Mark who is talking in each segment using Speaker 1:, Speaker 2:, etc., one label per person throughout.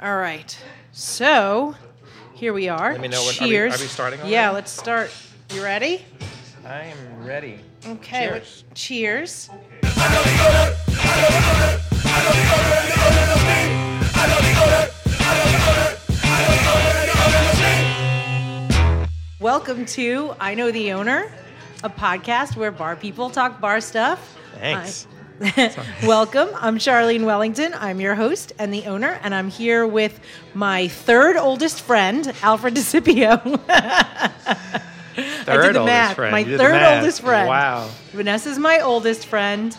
Speaker 1: All right. So here we are.
Speaker 2: Let me know when- are we-
Speaker 1: Cheers.
Speaker 2: are we starting
Speaker 1: Yeah,
Speaker 2: already?
Speaker 1: let's start. You ready?
Speaker 2: I am ready.
Speaker 1: Okay. well,
Speaker 2: Cheers.
Speaker 1: cheers. Welcome to I Know the Owner, a podcast where bar people talk bar stuff.
Speaker 2: Thanks.
Speaker 1: I- Welcome. I'm Charlene Wellington. I'm your host and the owner, and I'm here with my third oldest friend, Alfred DeCipio.
Speaker 2: Third
Speaker 1: I did the
Speaker 2: oldest
Speaker 1: math.
Speaker 2: friend.
Speaker 1: My
Speaker 2: You did the
Speaker 1: third
Speaker 2: math.
Speaker 1: oldest friend.
Speaker 2: Wow. Mm-hmm.
Speaker 1: Vanessa's my oldest friend.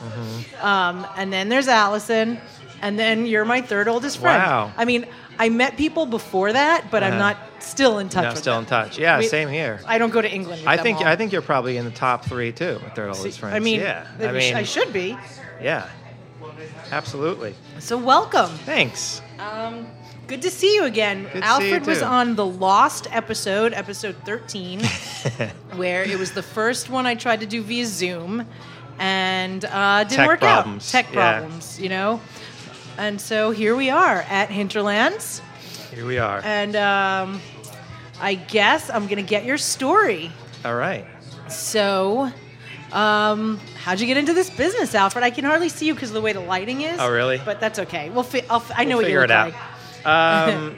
Speaker 1: Um, and then there's Allison. And then you're my third oldest friend.
Speaker 2: Wow.
Speaker 1: I mean, I met people before that, but I'm
Speaker 2: Uh-huh.
Speaker 1: not still in touch
Speaker 2: No,
Speaker 1: with
Speaker 2: still in
Speaker 1: them.
Speaker 2: touch. Yeah,
Speaker 1: We-
Speaker 2: same here.
Speaker 1: I don't go to England with
Speaker 2: I
Speaker 1: them
Speaker 2: think
Speaker 1: all.
Speaker 2: I think you're probably in the top three too with their oldest friends.
Speaker 1: I mean,
Speaker 2: yeah.
Speaker 1: maybe
Speaker 2: I
Speaker 1: I, sh-
Speaker 2: mean,
Speaker 1: I should be.
Speaker 2: yeah, absolutely.
Speaker 1: So welcome.
Speaker 2: Thanks.
Speaker 1: Um, good to see you again.
Speaker 2: Good to see
Speaker 1: Alfred
Speaker 2: you
Speaker 1: was
Speaker 2: too.
Speaker 1: on the Lost episode, episode 13, where it was the first one I tried to do via Zoom and uh, didn't
Speaker 2: Tech
Speaker 1: work
Speaker 2: problems,
Speaker 1: out. Tech
Speaker 2: yeah.
Speaker 1: problems, you know? And so here we are at Hinterlands.
Speaker 2: Here we are.
Speaker 1: And um, I guess I'm going to get your story.
Speaker 2: All right.
Speaker 1: So. Um, how'd you get into this business, Alfred? I can hardly see you because of the way the lighting is.
Speaker 2: Oh, really?
Speaker 1: But that's okay. We'll. Fi- I'll fi- I know
Speaker 2: we'll
Speaker 1: what you
Speaker 2: figure
Speaker 1: look
Speaker 2: it out.
Speaker 1: like.
Speaker 2: Um,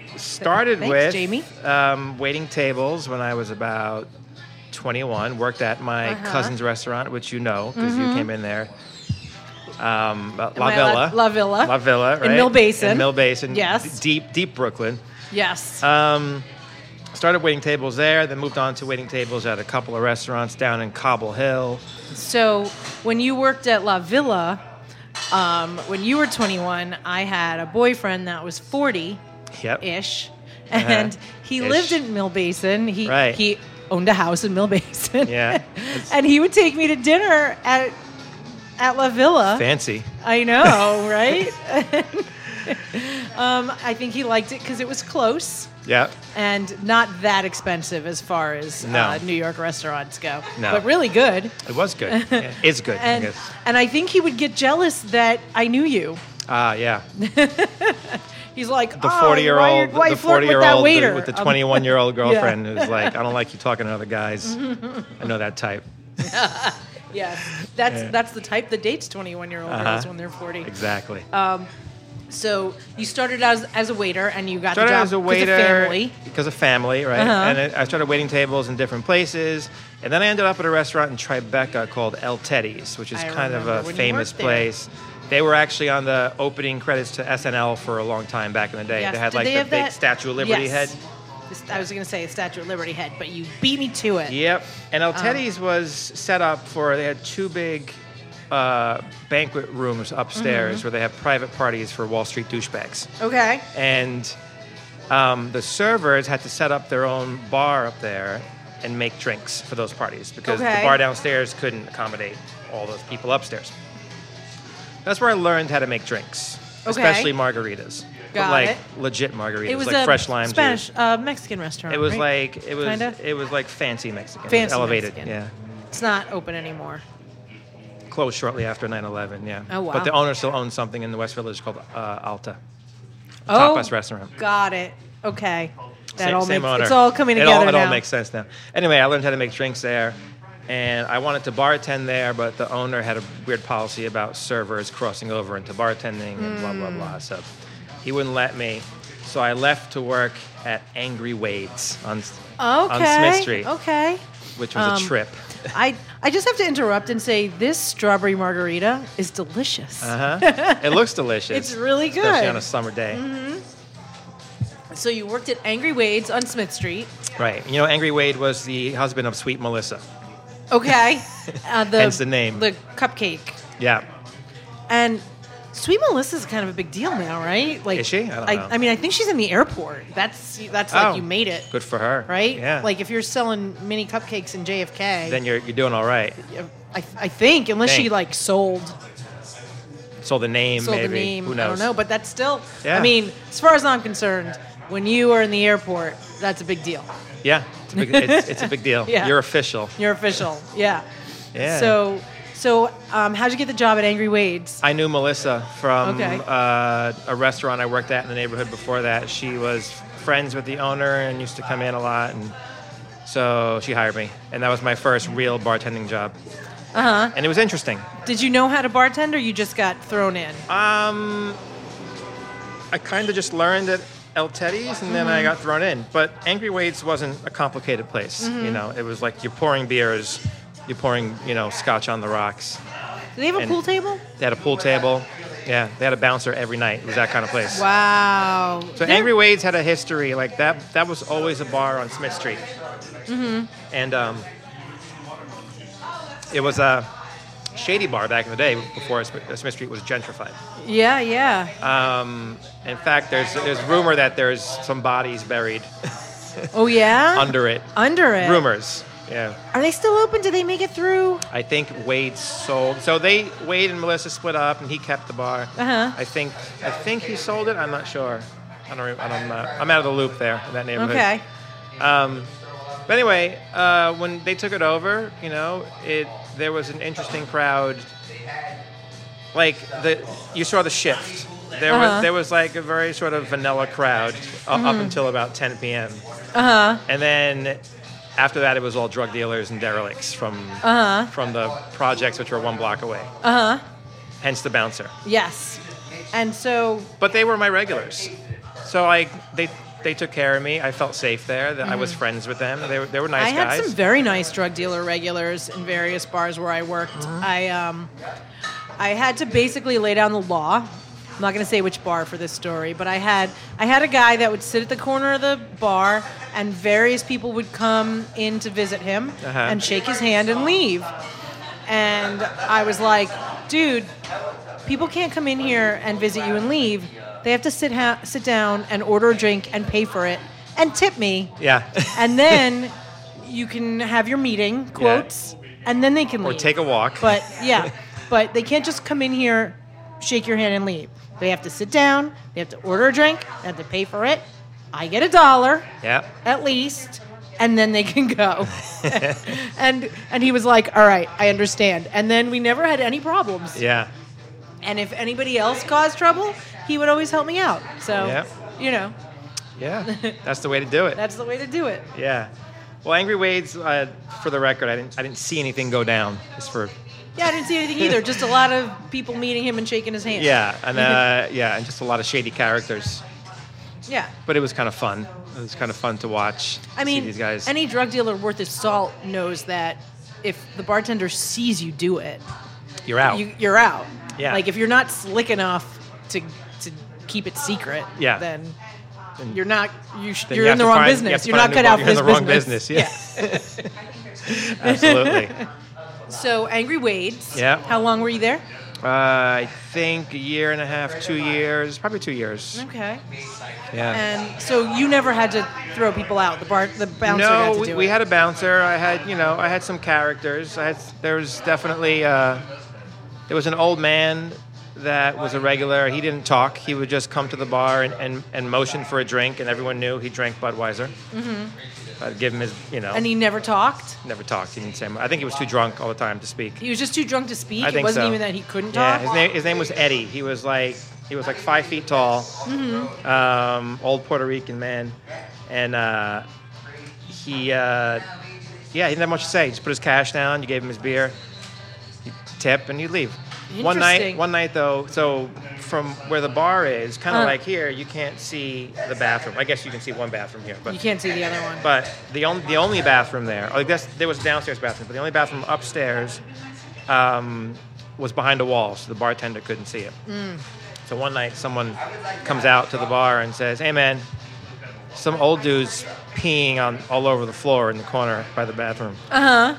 Speaker 2: started
Speaker 1: Thanks,
Speaker 2: with
Speaker 1: Jamie.
Speaker 2: Um, waiting tables when I was about 21. Worked at my
Speaker 1: Uh-huh. Mm-hmm.
Speaker 2: cousin's restaurant, which you know because you came in there. Um, La
Speaker 1: I allowed-
Speaker 2: Villa.
Speaker 1: La Villa.
Speaker 2: La Villa.
Speaker 1: In
Speaker 2: Right?
Speaker 1: Mill Basin.
Speaker 2: In Mill Basin.
Speaker 1: Yes.
Speaker 2: d- Deep, deep Brooklyn.
Speaker 1: Yes.
Speaker 2: Um, started waiting tables there. Then moved on to waiting tables at a couple of restaurants down in Cobble Hill.
Speaker 1: So when you worked at La Villa, um, when you were 21, I had a boyfriend that was 40
Speaker 2: Yep.
Speaker 1: ish, and he
Speaker 2: Uh-huh. Ish.
Speaker 1: lived in Mill Basin. He
Speaker 2: Right.
Speaker 1: he owned a house in Mill Basin.
Speaker 2: Yeah.
Speaker 1: and he would take me to dinner at at La Villa.
Speaker 2: Fancy.
Speaker 1: I know, right? um, I think he liked it because it was close
Speaker 2: Yep.
Speaker 1: and not that expensive as far as
Speaker 2: No.
Speaker 1: uh, New York restaurants go,
Speaker 2: No.
Speaker 1: but really good.
Speaker 2: It was good. Yeah, it's good. I
Speaker 1: And
Speaker 2: guess.
Speaker 1: and I think he would get jealous that I knew you.
Speaker 2: Ah, yeah.
Speaker 1: He's like
Speaker 2: the
Speaker 1: "Oh,
Speaker 2: forty year
Speaker 1: why are-
Speaker 2: old,
Speaker 1: why
Speaker 2: the
Speaker 1: flirt
Speaker 2: forty
Speaker 1: with
Speaker 2: year
Speaker 1: that
Speaker 2: old
Speaker 1: waiter?"
Speaker 2: with the
Speaker 1: Um,
Speaker 2: twenty one year old girlfriend who's like, I don't like you talking to other guys. I know that type
Speaker 1: yes, that's
Speaker 2: Yeah.
Speaker 1: that's the type that dates twenty-one year old
Speaker 2: Uh-huh.
Speaker 1: girls when they're forty.
Speaker 2: exactly.
Speaker 1: So you started as as a waiter and you got
Speaker 2: started
Speaker 1: the job
Speaker 2: as a
Speaker 1: 'cause of
Speaker 2: waiter
Speaker 1: family.
Speaker 2: because of family, right?
Speaker 1: Uh-huh.
Speaker 2: And I I started waiting tables in different places, and then I ended up at a restaurant in Tribeca called El Teddy's, which is
Speaker 1: I
Speaker 2: kind of
Speaker 1: remember
Speaker 2: a
Speaker 1: when you
Speaker 2: famous
Speaker 1: worked there.
Speaker 2: place. They were actually on the opening credits to SNL for a long time back in the day.
Speaker 1: Yes.
Speaker 2: They had
Speaker 1: Did
Speaker 2: like
Speaker 1: they
Speaker 2: the
Speaker 1: have
Speaker 2: big
Speaker 1: that?
Speaker 2: Statue of Liberty
Speaker 1: Yes.
Speaker 2: head.
Speaker 1: This- I was going to say a Statue of Liberty head, but you beat me to it.
Speaker 2: Yep. And
Speaker 1: Uh-huh.
Speaker 2: El Teddy's was set up for they had two big uh, banquet rooms upstairs
Speaker 1: Mm-hmm.
Speaker 2: where they have private parties for Wall Street douchebags.
Speaker 1: Okay.
Speaker 2: And um, the servers had to set up their own bar up there and make drinks for those parties because
Speaker 1: Okay.
Speaker 2: the bar downstairs couldn't accommodate all those people upstairs. That's where I learned how to make drinks,
Speaker 1: Okay.
Speaker 2: especially margaritas.
Speaker 1: Got
Speaker 2: but like
Speaker 1: it.
Speaker 2: legit margaritas,
Speaker 1: It was
Speaker 2: like
Speaker 1: a
Speaker 2: fresh lime
Speaker 1: Spanish
Speaker 2: juice.
Speaker 1: uh, Mexican restaurant.
Speaker 2: It was
Speaker 1: right?
Speaker 2: like it was
Speaker 1: Kinda?
Speaker 2: it was like fancy Mexican. It was
Speaker 1: Fancy
Speaker 2: elevated.
Speaker 1: Mexican.
Speaker 2: Yeah.
Speaker 1: it's not open anymore.
Speaker 2: closed shortly after 9-11 yeah
Speaker 1: Oh, wow.
Speaker 2: but the owner still owns something in the west village called uh, alta
Speaker 1: Oh,
Speaker 2: tapas restaurant
Speaker 1: Got it. Okay. That
Speaker 2: same,
Speaker 1: all
Speaker 2: same
Speaker 1: makes
Speaker 2: owner.
Speaker 1: it's all coming
Speaker 2: it
Speaker 1: together
Speaker 2: all, it
Speaker 1: now.
Speaker 2: all makes sense now anyway i learned how to make drinks there and i wanted to bartend there but the owner had a weird policy about servers crossing over into bartending and blah blah blah so he wouldn't let me so i left to work at angry wade's on, on
Speaker 1: Okay.
Speaker 2: smith street
Speaker 1: Okay.
Speaker 2: which was
Speaker 1: Um,
Speaker 2: a trip
Speaker 1: I, I just have to interrupt and say this strawberry margarita is delicious.
Speaker 2: uh-huh. it looks delicious
Speaker 1: It's really
Speaker 2: especially
Speaker 1: good. Mm-hmm.
Speaker 2: on a summer day
Speaker 1: So you worked at Angry Wade's on Smith Street.
Speaker 2: Right. You know, Angry Wade was the husband of Sweet Melissa.
Speaker 1: Okay. Uh, the,
Speaker 2: Hence the name.
Speaker 1: The cupcake.
Speaker 2: Yeah.
Speaker 1: And Sweet Melissa's kind of a big deal now, right? Like
Speaker 2: Is she? I don't know.
Speaker 1: I mean, I think she's in the airport. That's that's like
Speaker 2: Oh,
Speaker 1: you made it,
Speaker 2: Good for her.
Speaker 1: right?
Speaker 2: Yeah.
Speaker 1: Like if you're selling mini cupcakes in JFK,
Speaker 2: then you're you're doing all right.
Speaker 1: I, I think unless she
Speaker 2: Think.
Speaker 1: like sold
Speaker 2: So the name,
Speaker 1: sold
Speaker 2: maybe.
Speaker 1: the name.
Speaker 2: Who
Speaker 1: I
Speaker 2: knows?
Speaker 1: don't know, but that's still. I
Speaker 2: Yeah.
Speaker 1: mean, as far as I'm concerned, when you are in the airport, that's a big deal.
Speaker 2: yeah, it's a big, it's, it's a big deal.
Speaker 1: Yeah.
Speaker 2: You're official.
Speaker 1: You're official. Yeah.
Speaker 2: Yeah.
Speaker 1: So, So, um, how'd you get the job at Angry Wade's?
Speaker 2: I knew Melissa from
Speaker 1: Okay.
Speaker 2: uh, a restaurant I worked at in the neighborhood before that. She was friends with the owner and used to come in a lot, and so she hired me, and that was my first real bartending job.
Speaker 1: Uh-huh.
Speaker 2: Uh huh. And it was interesting.
Speaker 1: Did you know how to bartend, or you just got thrown in?
Speaker 2: Um, I kind of just learned at El Teddy's, and then
Speaker 1: Mm-hmm.
Speaker 2: I got thrown in. But Angry Wade's wasn't a complicated place. You
Speaker 1: Mm-hmm.
Speaker 2: know, it was like you're pouring beers, you're pouring you know scotch on the rocks.
Speaker 1: Do they have a
Speaker 2: and-
Speaker 1: pool table?
Speaker 2: They had a pool table. Yeah, they had a bouncer every night. It was that kind of place.
Speaker 1: Wow.
Speaker 2: So
Speaker 1: They're-
Speaker 2: Angry Wade's had a history like that. That was always a bar on Smith Street, and um, it was a shady bar back in the day before Sm- Smith Street was gentrified.
Speaker 1: Yeah, yeah.
Speaker 2: Um, in fact, there's there's rumor that there's some bodies buried
Speaker 1: oh yeah.
Speaker 2: under it.
Speaker 1: Under it.
Speaker 2: Rumors. Yeah,
Speaker 1: Are they still open? Do they make it through?
Speaker 2: I think Wade sold. So they Wade and Melissa split up, and he kept the bar.
Speaker 1: Uh-huh.
Speaker 2: I think I think he sold it. I'm not sure. I don't. re- I don't. Uh, I'm out of the loop there in that neighborhood.
Speaker 1: Okay.
Speaker 2: Um, but anyway, uh, when they took it over, you know, it there was an interesting crowd. Like the, you saw the shift.
Speaker 1: Uh-huh.
Speaker 2: There
Speaker 1: Mm-hmm.
Speaker 2: was there was like a very sort of vanilla crowd u- up until about 10 p.m.
Speaker 1: Uh huh.
Speaker 2: and then after that it was all drug dealers and derelicts from
Speaker 1: Uh-huh.
Speaker 2: from the projects which were one block away.
Speaker 1: Uh huh.
Speaker 2: Hence the bouncer.
Speaker 1: Yes. And so,
Speaker 2: But they were my regulars, so like they they took care of me. I felt safe there. That I was friends with them. They were they were nice
Speaker 1: Mm-hmm. I had
Speaker 2: guys.
Speaker 1: some very nice drug dealer regulars in various bars where I worked.
Speaker 2: Uh-huh.
Speaker 1: I um, I had to basically lay down the law. I'm not going to say which bar for this story, but I had I had a guy that would sit at the corner of the bar, and various people would come in to visit him
Speaker 2: Uh-huh.
Speaker 1: and shake his hand and leave. And I was like, dude, people can't come in here and visit you and leave. They have to sit ha- sit down and order a drink and pay for it and tip me
Speaker 2: yeah.
Speaker 1: and then you can have your meeting quotes, and then they can
Speaker 2: Or
Speaker 1: leave.
Speaker 2: take a walk.
Speaker 1: But yeah, but they can't just come in here, shake your hand, and leave. They have to sit down. They have to order a drink. They have to pay for it. I get a dollar
Speaker 2: yeah.
Speaker 1: at least, and then they can go. and and he was like, "All right, I understand." And then we never had any problems.
Speaker 2: Yeah.
Speaker 1: And if anybody else caused trouble, he would always help me out. So
Speaker 2: Yep.
Speaker 1: you know,
Speaker 2: Yeah. That's the way to do it.
Speaker 1: that's the way to do it.
Speaker 2: Yeah. Well, Angry Wade's. Uh, for the record, I didn't. I didn't see anything go down. Just for.
Speaker 1: Yeah, I didn't see anything either. Just a lot of people meeting him and shaking his hand.
Speaker 2: Yeah, and uh, yeah, and just a lot of shady characters.
Speaker 1: Yeah.
Speaker 2: But it was kind of fun. It was kind of fun to watch.
Speaker 1: I mean,
Speaker 2: see these guys.
Speaker 1: any drug dealer worth his salt knows that if the bartender sees you do it,
Speaker 2: You're out.
Speaker 1: you, you're out.
Speaker 2: Yeah.
Speaker 1: Like if you're not slick enough to to keep it secret,
Speaker 2: Yeah.
Speaker 1: then
Speaker 2: Then-
Speaker 1: you're not you sh-
Speaker 2: then
Speaker 1: you're
Speaker 2: you
Speaker 1: in
Speaker 2: have
Speaker 1: the
Speaker 2: to
Speaker 1: wrong
Speaker 2: find- you have
Speaker 1: business.
Speaker 2: to
Speaker 1: You're
Speaker 2: find
Speaker 1: not
Speaker 2: a
Speaker 1: cut
Speaker 2: new-
Speaker 1: out
Speaker 2: you're
Speaker 1: for
Speaker 2: in
Speaker 1: this
Speaker 2: the wrong
Speaker 1: business.
Speaker 2: business, Absolutely.
Speaker 1: Yeah. So Angry Wade's.
Speaker 2: Yeah.
Speaker 1: How long were you there?
Speaker 2: uh, I think a year and a half, two years, probably two years.
Speaker 1: Okay.
Speaker 2: Yeah.
Speaker 1: And so you never had to throw people out. The bar, the bouncer had
Speaker 2: no,
Speaker 1: to
Speaker 2: we,
Speaker 1: do
Speaker 2: we
Speaker 1: it.
Speaker 2: had a bouncer. I had, you know, I had some characters. I had, there was definitely, uh, there was an old man that was a regular. He didn't talk. He would just come to the bar and, and, and motion for a drink, and everyone knew he drank Budweiser. Mm-hmm. I'd give him his, you know,
Speaker 1: and he never talked.
Speaker 2: never talked. He didn't say. mu- I think he was too drunk all the time to speak.
Speaker 1: He was just too drunk to speak.
Speaker 2: I
Speaker 1: It
Speaker 2: think
Speaker 1: wasn't
Speaker 2: so.
Speaker 1: even that he couldn't
Speaker 2: Yeah,
Speaker 1: talk.
Speaker 2: his name his name was Eddie. He was like he was like five feet tall,
Speaker 1: Mm-hmm.
Speaker 2: um, old Puerto Rican man, and uh, he uh, yeah he didn't have much to say. He just put his cash down. You gave him his beer, you tip, and you leave. One night,
Speaker 1: Interesting.
Speaker 2: one night though, so from where the bar is, kind of
Speaker 1: Uh.
Speaker 2: like here, you can't see the bathroom. I guess you can see one bathroom here, but
Speaker 1: You can't see the other one.
Speaker 2: but the only the only bathroom there, like that's, there was a downstairs bathroom, but the only bathroom upstairs um, was behind a wall, so the bartender couldn't see it. So one night, someone comes out to the bar and says, "Hey, man, some old dude's peeing on all over the floor in the corner by the bathroom."
Speaker 1: Uh huh.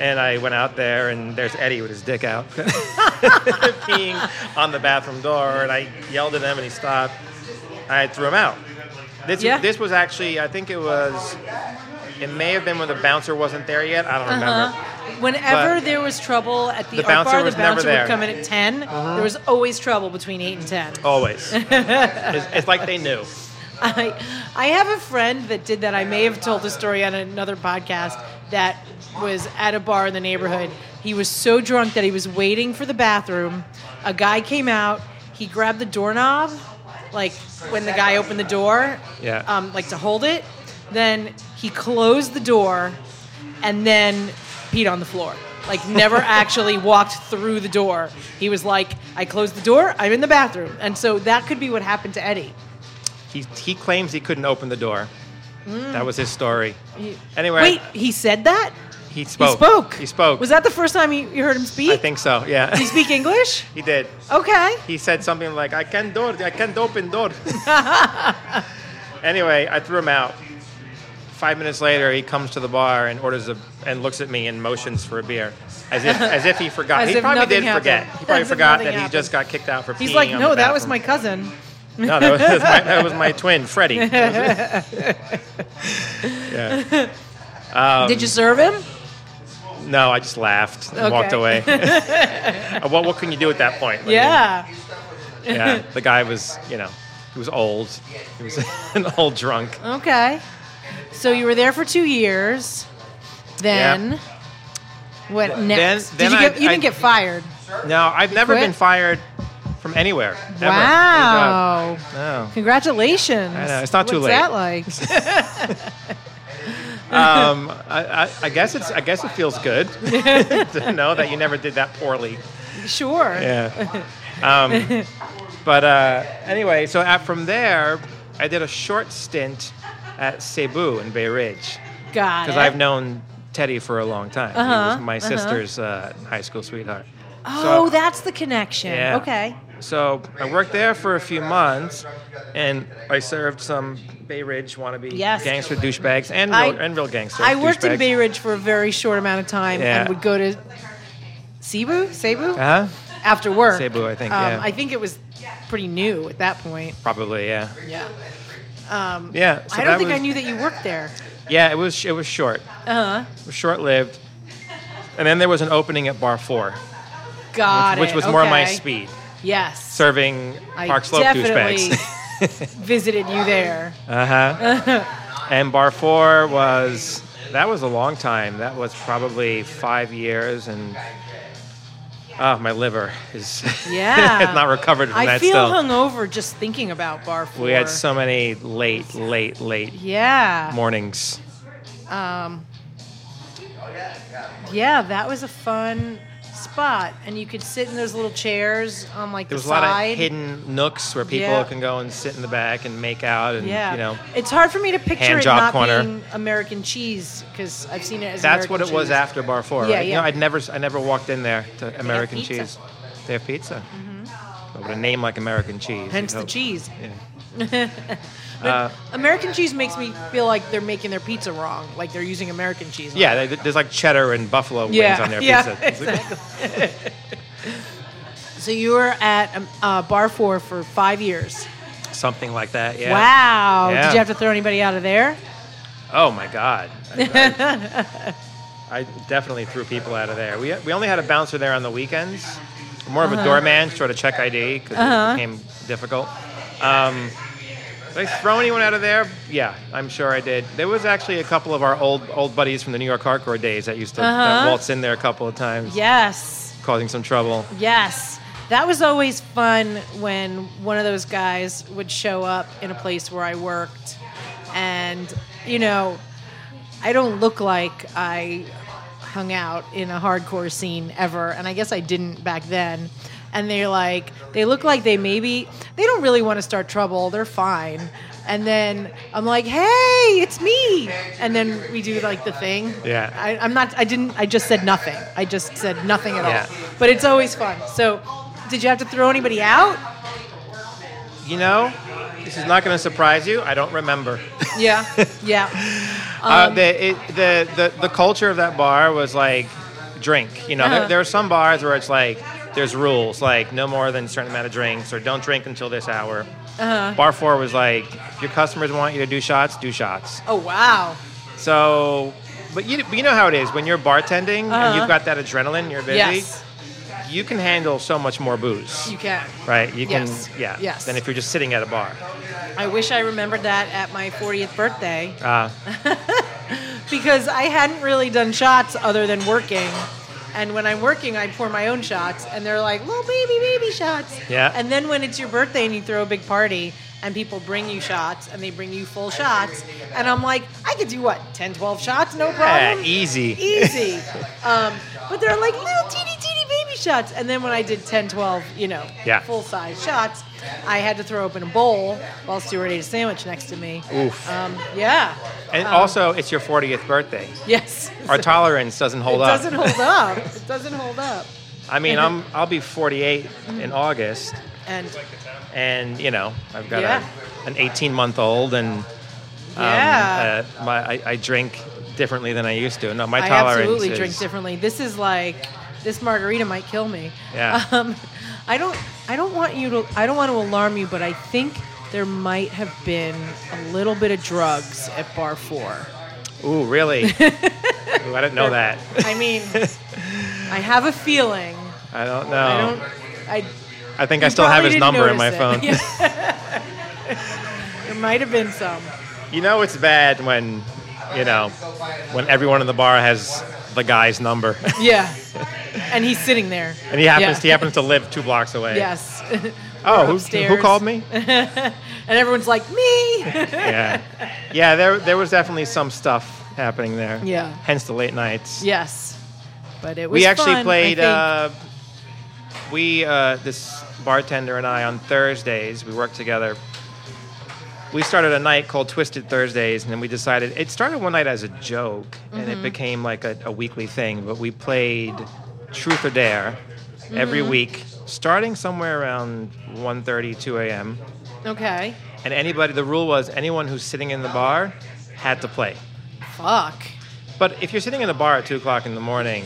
Speaker 2: And I went out there, and there's Eddie with his dick out, peeing on the bathroom door. And I yelled at him, and he stopped. I threw him out. This,
Speaker 1: Yeah.
Speaker 2: this was actually, I think it was, it may have been when the bouncer wasn't there yet. I don't remember.
Speaker 1: Uh-huh. Whenever
Speaker 2: But-
Speaker 1: there was trouble at the,
Speaker 2: The
Speaker 1: art
Speaker 2: bouncer
Speaker 1: bar,
Speaker 2: was
Speaker 1: the
Speaker 2: never
Speaker 1: bouncer
Speaker 2: there. Uh-huh.
Speaker 1: would come in at 10. There was always trouble between 8 and 10.
Speaker 2: Always. it's, it's like they knew.
Speaker 1: I, I have a friend that did that. I may have told the story on another podcast that was at a bar in the neighborhood He was so drunk that he was waiting for the bathroom. A guy came out. He grabbed the doorknob, like when the guy opened the door,
Speaker 2: Yeah.
Speaker 1: um, like to hold it. Then he closed the door, and then peed on the floor. Like never actually walked through the door. He was like, "I closed the door. I'm in the bathroom." And so that could be what happened to Eddie.
Speaker 2: He, he claims he couldn't open the door. That was his story.
Speaker 1: He-
Speaker 2: Anyway,
Speaker 1: Mm. Wait, he said that?
Speaker 2: he spoke.
Speaker 1: He spoke.
Speaker 2: He spoke.
Speaker 1: Was that the first time you, you heard him speak?
Speaker 2: I think so. Yeah,
Speaker 1: Did he speak English?
Speaker 2: he did.
Speaker 1: Okay.
Speaker 2: He said something like, "I can't door. I can't open door." anyway, I threw him out. Five minutes later, he comes to the bar and orders a and looks at me and motions for a beer, as if as if he forgot.
Speaker 1: As
Speaker 2: he
Speaker 1: if
Speaker 2: probably
Speaker 1: nothing
Speaker 2: did forget.
Speaker 1: happened.
Speaker 2: He probably
Speaker 1: As if
Speaker 2: forgot
Speaker 1: nothing
Speaker 2: that
Speaker 1: happened.
Speaker 2: he just got kicked out for
Speaker 1: He's
Speaker 2: peeing
Speaker 1: like,
Speaker 2: on
Speaker 1: no,
Speaker 2: the
Speaker 1: that was
Speaker 2: um, bathroom."
Speaker 1: my cousin.
Speaker 2: No, that was, that was my, that was my twin, Freddie. yeah. Um,
Speaker 1: Did you serve him?
Speaker 2: No, I just laughed and walked
Speaker 1: Okay.
Speaker 2: away. Uh, what what can you do at that point? Like,
Speaker 1: Yeah.
Speaker 2: yeah. The guy was, you know, he was old. He was an old drunk.
Speaker 1: Okay. So you were there for two years. Then what next? Did
Speaker 2: then
Speaker 1: you,
Speaker 2: I-
Speaker 1: get, you
Speaker 2: I-
Speaker 1: didn't get fired.
Speaker 2: No, I've never
Speaker 1: quit?
Speaker 2: been fired from anywhere. Ever. Oh.
Speaker 1: Wow.
Speaker 2: Good job.
Speaker 1: Congratulations.
Speaker 2: I know, it's not too
Speaker 1: What's
Speaker 2: late.
Speaker 1: that like?
Speaker 2: No. Um, I, I, I guess it's I guess it feels good to know that you never did that poorly.
Speaker 1: sure.
Speaker 2: Yeah. Um, but uh, anyway, so at, from there, I did a short stint at Cebu in Bay Ridge
Speaker 1: Got it.
Speaker 2: because I've known Teddy for a long time. He
Speaker 1: Uh-huh,
Speaker 2: was my sister's uh, high school sweetheart.
Speaker 1: oh,
Speaker 2: so-
Speaker 1: that's the connection.
Speaker 2: Yeah.
Speaker 1: Okay.
Speaker 2: So I worked there for a few months, and I served some Bay Ridge wannabe
Speaker 1: Yes.
Speaker 2: gangster douchebags and real,
Speaker 1: I-
Speaker 2: and real gangster.
Speaker 1: I worked in
Speaker 2: douchebags.
Speaker 1: Bay Ridge for a very short amount of time and
Speaker 2: Yeah.
Speaker 1: would go to Cebu, Cebu
Speaker 2: Huh?
Speaker 1: after work.
Speaker 2: Cebu, I think,
Speaker 1: Um,
Speaker 2: yeah.
Speaker 1: I think it was pretty new at that point.
Speaker 2: Probably, yeah.
Speaker 1: Yeah. Um,
Speaker 2: Yeah.
Speaker 1: I
Speaker 2: so that
Speaker 1: don't think I
Speaker 2: was-
Speaker 1: knew that you worked there.
Speaker 2: Yeah, it was it was short,
Speaker 1: Uh huh.
Speaker 2: short lived, and then there was an opening at Bar Four,
Speaker 1: Got
Speaker 2: which
Speaker 1: it.
Speaker 2: was more my
Speaker 1: okay.
Speaker 2: speed,
Speaker 1: Yes.
Speaker 2: serving
Speaker 1: I
Speaker 2: Park Slope
Speaker 1: definitely-
Speaker 2: douchebags.
Speaker 1: Visited you there.
Speaker 2: Uh huh. and bar four was that was a long time. That was probably five years, and ah, my liver is
Speaker 1: Yeah.
Speaker 2: it's not recovered from
Speaker 1: I
Speaker 2: that
Speaker 1: feel
Speaker 2: still.
Speaker 1: hungover just thinking about bar four.
Speaker 2: We had so many late, late, late
Speaker 1: Yeah.
Speaker 2: mornings.
Speaker 1: Um, yeah, that was a fun spot, and you could sit in those little chairs on like
Speaker 2: There was
Speaker 1: the
Speaker 2: a lot
Speaker 1: side.
Speaker 2: of hidden nooks where people
Speaker 1: Yeah.
Speaker 2: can go and sit in the back and make out, and
Speaker 1: yeah,
Speaker 2: you know.
Speaker 1: it's hard for me to picture
Speaker 2: hand
Speaker 1: it
Speaker 2: job
Speaker 1: not
Speaker 2: corner.
Speaker 1: being American cheese because I've seen it as
Speaker 2: That's
Speaker 1: American
Speaker 2: what it was
Speaker 1: cheese.
Speaker 2: after Bar Four.
Speaker 1: Yeah,
Speaker 2: right? You
Speaker 1: yeah.
Speaker 2: know, I'd never, I never walked in there to American
Speaker 1: pizza. Mm-hmm.
Speaker 2: cheese. They have pizza. But with a name like American cheese. you'd
Speaker 1: Hence the
Speaker 2: hope.
Speaker 1: cheese.
Speaker 2: Oh, Yeah. Uh,
Speaker 1: American cheese makes me feel like they're making their pizza wrong, like they're using American cheese. on it.
Speaker 2: Yeah, they- there's like cheddar and buffalo wings
Speaker 1: yeah,
Speaker 2: on their
Speaker 1: yeah,
Speaker 2: pizza. It's like-
Speaker 1: exactly. so you were at um, uh, Bar Four for five years.
Speaker 2: Something like that, yeah.
Speaker 1: Wow!
Speaker 2: Yeah.
Speaker 1: Did you have to throw anybody out of there?
Speaker 2: Oh my God. I, I- I definitely threw people out of there. We, we only had a bouncer there on the weekends, more
Speaker 1: Uh-huh.
Speaker 2: of a doorman, sort of check ID because it became difficult. Um, did I throw anyone out of there? Yeah, I'm sure I did. There was actually a couple of our old old buddies from the New York hardcore days that used to that
Speaker 1: Uh-huh.
Speaker 2: waltz in there a couple of times,
Speaker 1: Yes.
Speaker 2: causing some trouble.
Speaker 1: Yes. That was always fun when one of those guys would show up in a place where I worked. And, you know, I don't look like I hung out in a hardcore scene ever. And I guess I didn't back then. And they're like, they look like they maybe, they don't really want to start trouble. They're fine. And then I'm like, hey, it's me. And then we do like the thing.
Speaker 2: Yeah.
Speaker 1: I, I'm not, I didn't, I just said nothing. I just said nothing at all
Speaker 2: Yeah.
Speaker 1: but it's always fun. So, did you have to throw anybody out?
Speaker 2: You know, this is not going to surprise you. I don't remember.
Speaker 1: Yeah, yeah, Um,
Speaker 2: uh, the, it, the the the culture of that bar was like drink. You know,
Speaker 1: Uh-huh.
Speaker 2: there, there are some bars where it's like there's rules, like no more than a certain amount of drinks, or don't drink until this hour.
Speaker 1: Uh-huh.
Speaker 2: Bar four was like, if your customers want you to do shots, do shots.
Speaker 1: Oh wow,
Speaker 2: So, but you but you know how it is when you're bartending and
Speaker 1: Uh-huh.
Speaker 2: you've got that adrenaline, you're busy.
Speaker 1: yes,
Speaker 2: You can handle so much more booze,
Speaker 1: you can.
Speaker 2: right? You can,
Speaker 1: Yes.
Speaker 2: yeah.
Speaker 1: Yes.
Speaker 2: Than if you're just sitting at a bar.
Speaker 1: I wish I remembered that at my 40th birthday
Speaker 2: Uh,
Speaker 1: because I hadn't really done shots other than working, And when I'm working, I pour my own shots, and they're like little baby baby shots.
Speaker 2: Yeah.
Speaker 1: And then when it's your birthday and you throw a big party. And people bring you shots and they bring you full shots. And I'm like, I could do what, 10, 12 shots? No problem.
Speaker 2: Yeah, easy.
Speaker 1: Easy. um, but they're like little teeny, teeny baby shots. And then when I did 10, 12, you know,
Speaker 2: Yeah.
Speaker 1: full size shots, I had to throw open a bowl while Stuart ate a sandwich next to me.
Speaker 2: Oof.
Speaker 1: Um, yeah.
Speaker 2: and
Speaker 1: Uh-huh.
Speaker 2: also, it's your 40th birthday.
Speaker 1: Yes.
Speaker 2: Our tolerance doesn't
Speaker 1: it
Speaker 2: hold up.
Speaker 1: doesn't hold up. It doesn't hold up.
Speaker 2: I mean,
Speaker 1: and
Speaker 2: I'm I'll be 48 in August,
Speaker 1: And
Speaker 2: and you know, I've got
Speaker 1: Yeah.
Speaker 2: a, an 18 month old, and um,
Speaker 1: Yeah.
Speaker 2: uh, my I, I drink differently than I used to. No, my
Speaker 1: I
Speaker 2: tolerance
Speaker 1: absolutely
Speaker 2: is,
Speaker 1: drink differently. This is like this margarita might kill me.
Speaker 2: Yeah.
Speaker 1: Um, I don't. I don't want you to. I don't want to alarm you, but I think there might have been a little bit of drugs at bar four.
Speaker 2: Ooh, really? Ooh, I didn't know that.
Speaker 1: I mean, I have a feeling.
Speaker 2: I don't know.
Speaker 1: I
Speaker 2: Oh. I,
Speaker 1: don't. I.
Speaker 2: think I still have his number in my phone.
Speaker 1: there might have been some.
Speaker 2: You know, it's bad when you know when everyone in the bar has the guy's number,
Speaker 1: Yeah. And he's sitting there.
Speaker 2: and he happens
Speaker 1: Yeah.
Speaker 2: he happens to live two blocks away.
Speaker 1: Yes.
Speaker 2: Oh, who, who
Speaker 1: upstairs.
Speaker 2: called me?
Speaker 1: and everyone's like me.
Speaker 2: yeah, yeah. There, there was definitely some stuff happening there.
Speaker 1: Yeah.
Speaker 2: Hence the late nights.
Speaker 1: yes. But it was.
Speaker 2: We actually
Speaker 1: fun, I
Speaker 2: played.
Speaker 1: think.
Speaker 2: Uh, we uh, this bartender and I on Thursdays. We worked together. We started a night called Twisted Thursdays, and then we decided it started one night as a joke, and
Speaker 1: Mm-hmm.
Speaker 2: it became like a, a weekly thing. But we played Truth or Dare every
Speaker 1: Mm-hmm.
Speaker 2: week, starting somewhere around 1.30, 2 a.m.
Speaker 1: okay.
Speaker 2: And anybody, the rule was anyone who's sitting in the bar had to play.
Speaker 1: Fuck.
Speaker 2: But if you're sitting in a bar at two o'clock in the morning,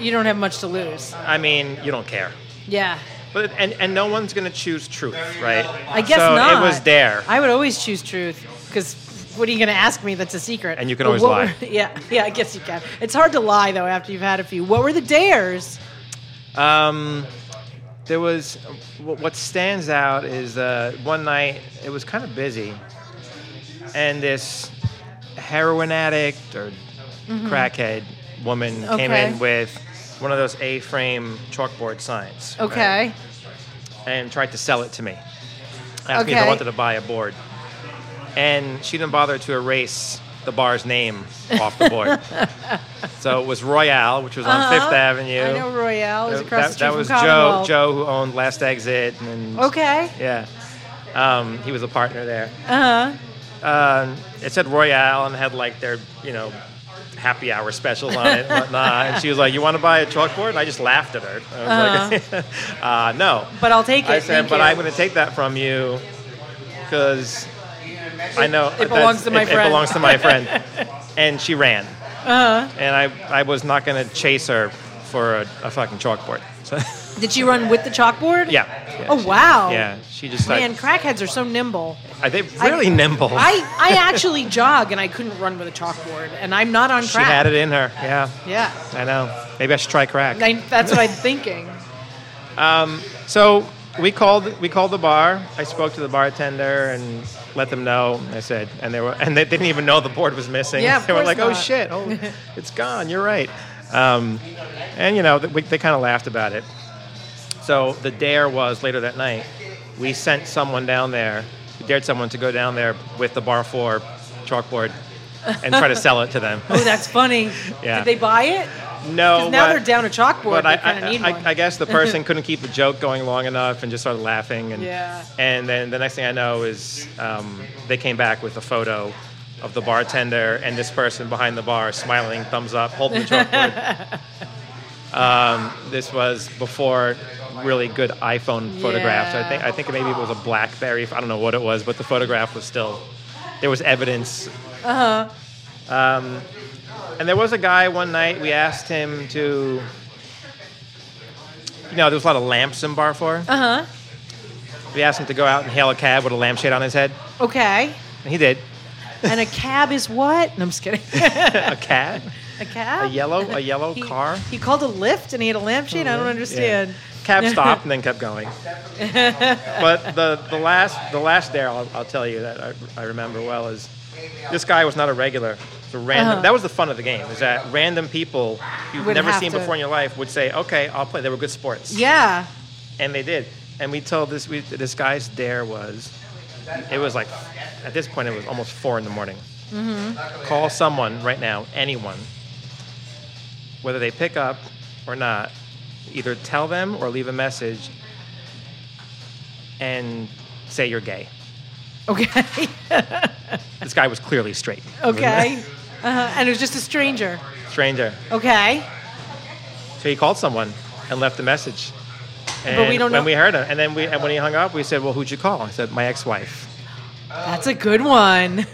Speaker 1: You don't have much to lose.
Speaker 2: I mean, you don't care.
Speaker 1: Yeah.
Speaker 2: But and, and no one's gonna choose truth, right?
Speaker 1: I guess
Speaker 2: so
Speaker 1: not.
Speaker 2: It was dare.
Speaker 1: I would always choose truth because what are you going to ask me that's a secret?
Speaker 2: And you can
Speaker 1: But
Speaker 2: always
Speaker 1: what
Speaker 2: lie.
Speaker 1: were- yeah, yeah, I guess you can. It's hard to lie though after you've had a few. What were the dares?
Speaker 2: Um, there was wh- what stands out is uh, one night it was kind of busy, and this heroin addict or crackhead woman came
Speaker 1: Mm-hmm. Okay.
Speaker 2: in with one of those A-frame chalkboard signs. right?
Speaker 1: Okay.
Speaker 2: and tried to sell it to me. Asked me if
Speaker 1: Okay.
Speaker 2: I wanted to buy a board. And she didn't bother to erase the bar's name off the board. so it was Royale, which was on Fifth Avenue.
Speaker 1: Uh-huh. I know Royale is
Speaker 2: That-
Speaker 1: across the street
Speaker 2: that, that
Speaker 1: from
Speaker 2: was Joe,
Speaker 1: Commonwealth.
Speaker 2: Joe who owned Last Exit. And,
Speaker 1: Okay.
Speaker 2: Yeah. Um, he was a partner there.
Speaker 1: Uh huh.
Speaker 2: Um, it said Royale and had like their, you know, happy hour specials on it and whatnot. and she was like, You want to buy a chalkboard? And I just laughed at her. I was like,
Speaker 1: Uh-huh.
Speaker 2: uh, No.
Speaker 1: But I'll take it.
Speaker 2: I said,
Speaker 1: Thank
Speaker 2: but
Speaker 1: you.
Speaker 2: I'm going to take that from you because I know
Speaker 1: it
Speaker 2: that's-
Speaker 1: belongs to my
Speaker 2: it-
Speaker 1: friend."
Speaker 2: It belongs to my friend, and she ran,
Speaker 1: Uh huh.
Speaker 2: and I I was not going to chase her for a, a fucking chalkboard. So,
Speaker 1: Did she run with the chalkboard?
Speaker 2: yeah, yeah,
Speaker 1: Oh
Speaker 2: she-
Speaker 1: wow.
Speaker 2: Yeah, she just
Speaker 1: Man,
Speaker 2: like
Speaker 1: crackheads are so nimble.
Speaker 2: are they really nimble?
Speaker 1: I, I actually jog and I couldn't run with a chalkboard, and I'm not on
Speaker 2: she
Speaker 1: crack.
Speaker 2: had it in her. Yeah,
Speaker 1: Yeah.
Speaker 2: I know. Maybe I should try crack.
Speaker 1: I, that's what I'm thinking.
Speaker 2: So we called we called the bar. I spoke to the bartender and let them know. I said, and they were and they didn't even know the board was missing.
Speaker 1: Yeah, of
Speaker 2: they were
Speaker 1: course
Speaker 2: like, "Oh
Speaker 1: not."
Speaker 2: shit! Oh, it's gone. You're right." Um, and you know, th- we, they kind of laughed about it. So the dare was later that night. We sent someone down there. We dared someone to go down there with the bar four chalkboard and try to sell it to them.
Speaker 1: Oh, that's funny.
Speaker 2: Yeah.
Speaker 1: Did they buy it?
Speaker 2: no,
Speaker 1: Because now
Speaker 2: but-
Speaker 1: they're down a chalkboard.
Speaker 2: but
Speaker 1: They
Speaker 2: I,
Speaker 1: kind of
Speaker 2: I,
Speaker 1: need
Speaker 2: I,
Speaker 1: one.
Speaker 2: I guess the person couldn't keep the joke going long enough and just started laughing. And,
Speaker 1: Yeah.
Speaker 2: and then the next thing I know is um, they came back with a photo of the bartender and this person behind the bar smiling, thumbs up, holding the chalkboard. um, this was before really good iPhone photographs. I think I think maybe it was a BlackBerry. I don't know what it was, but the photograph was still there was evidence Um, and there was a guy one night we asked him to. You know, there was a lot of lamps in Bar 4.
Speaker 1: Uh
Speaker 2: We asked him to go out and hail a cab with a lampshade on his head,
Speaker 1: huh. Okay.
Speaker 2: and he did.
Speaker 1: And a cab is what? No, I'm just kidding.
Speaker 2: a cab?
Speaker 1: a cab?
Speaker 2: A yellow- a yellow
Speaker 1: He-
Speaker 2: car?
Speaker 1: He called a lift and he had a lampshade. I don't understand.
Speaker 2: cab stopped and then kept going. but the, the last the last dare I'll, I'll tell you that I, I remember well is this guy was not a regular. So random. That was the fun of the game is that random people you've
Speaker 1: Uh-huh. Would
Speaker 2: never
Speaker 1: have
Speaker 2: seen
Speaker 1: to-
Speaker 2: before in your life would say, "Okay, I'll play." They were good sports.
Speaker 1: Yeah.
Speaker 2: and they did. And we told this we, this guy's dare was, it was like, at this point it was almost four in the morning.
Speaker 1: Mm-hmm.
Speaker 2: Call someone right now, anyone, whether they pick up or not. Either tell them or leave a message, and say you're gay.
Speaker 1: Okay.
Speaker 2: This guy was clearly straight.
Speaker 1: okay. Uh-huh. And it was just a stranger.
Speaker 2: Stranger.
Speaker 1: Okay.
Speaker 2: So he called someone and left a message. And
Speaker 1: we don't
Speaker 2: when
Speaker 1: know-
Speaker 2: we heard him, and then we and when he hung up, we said, "Well, who'd you call?" I said, "My ex-wife."
Speaker 1: That's a good one.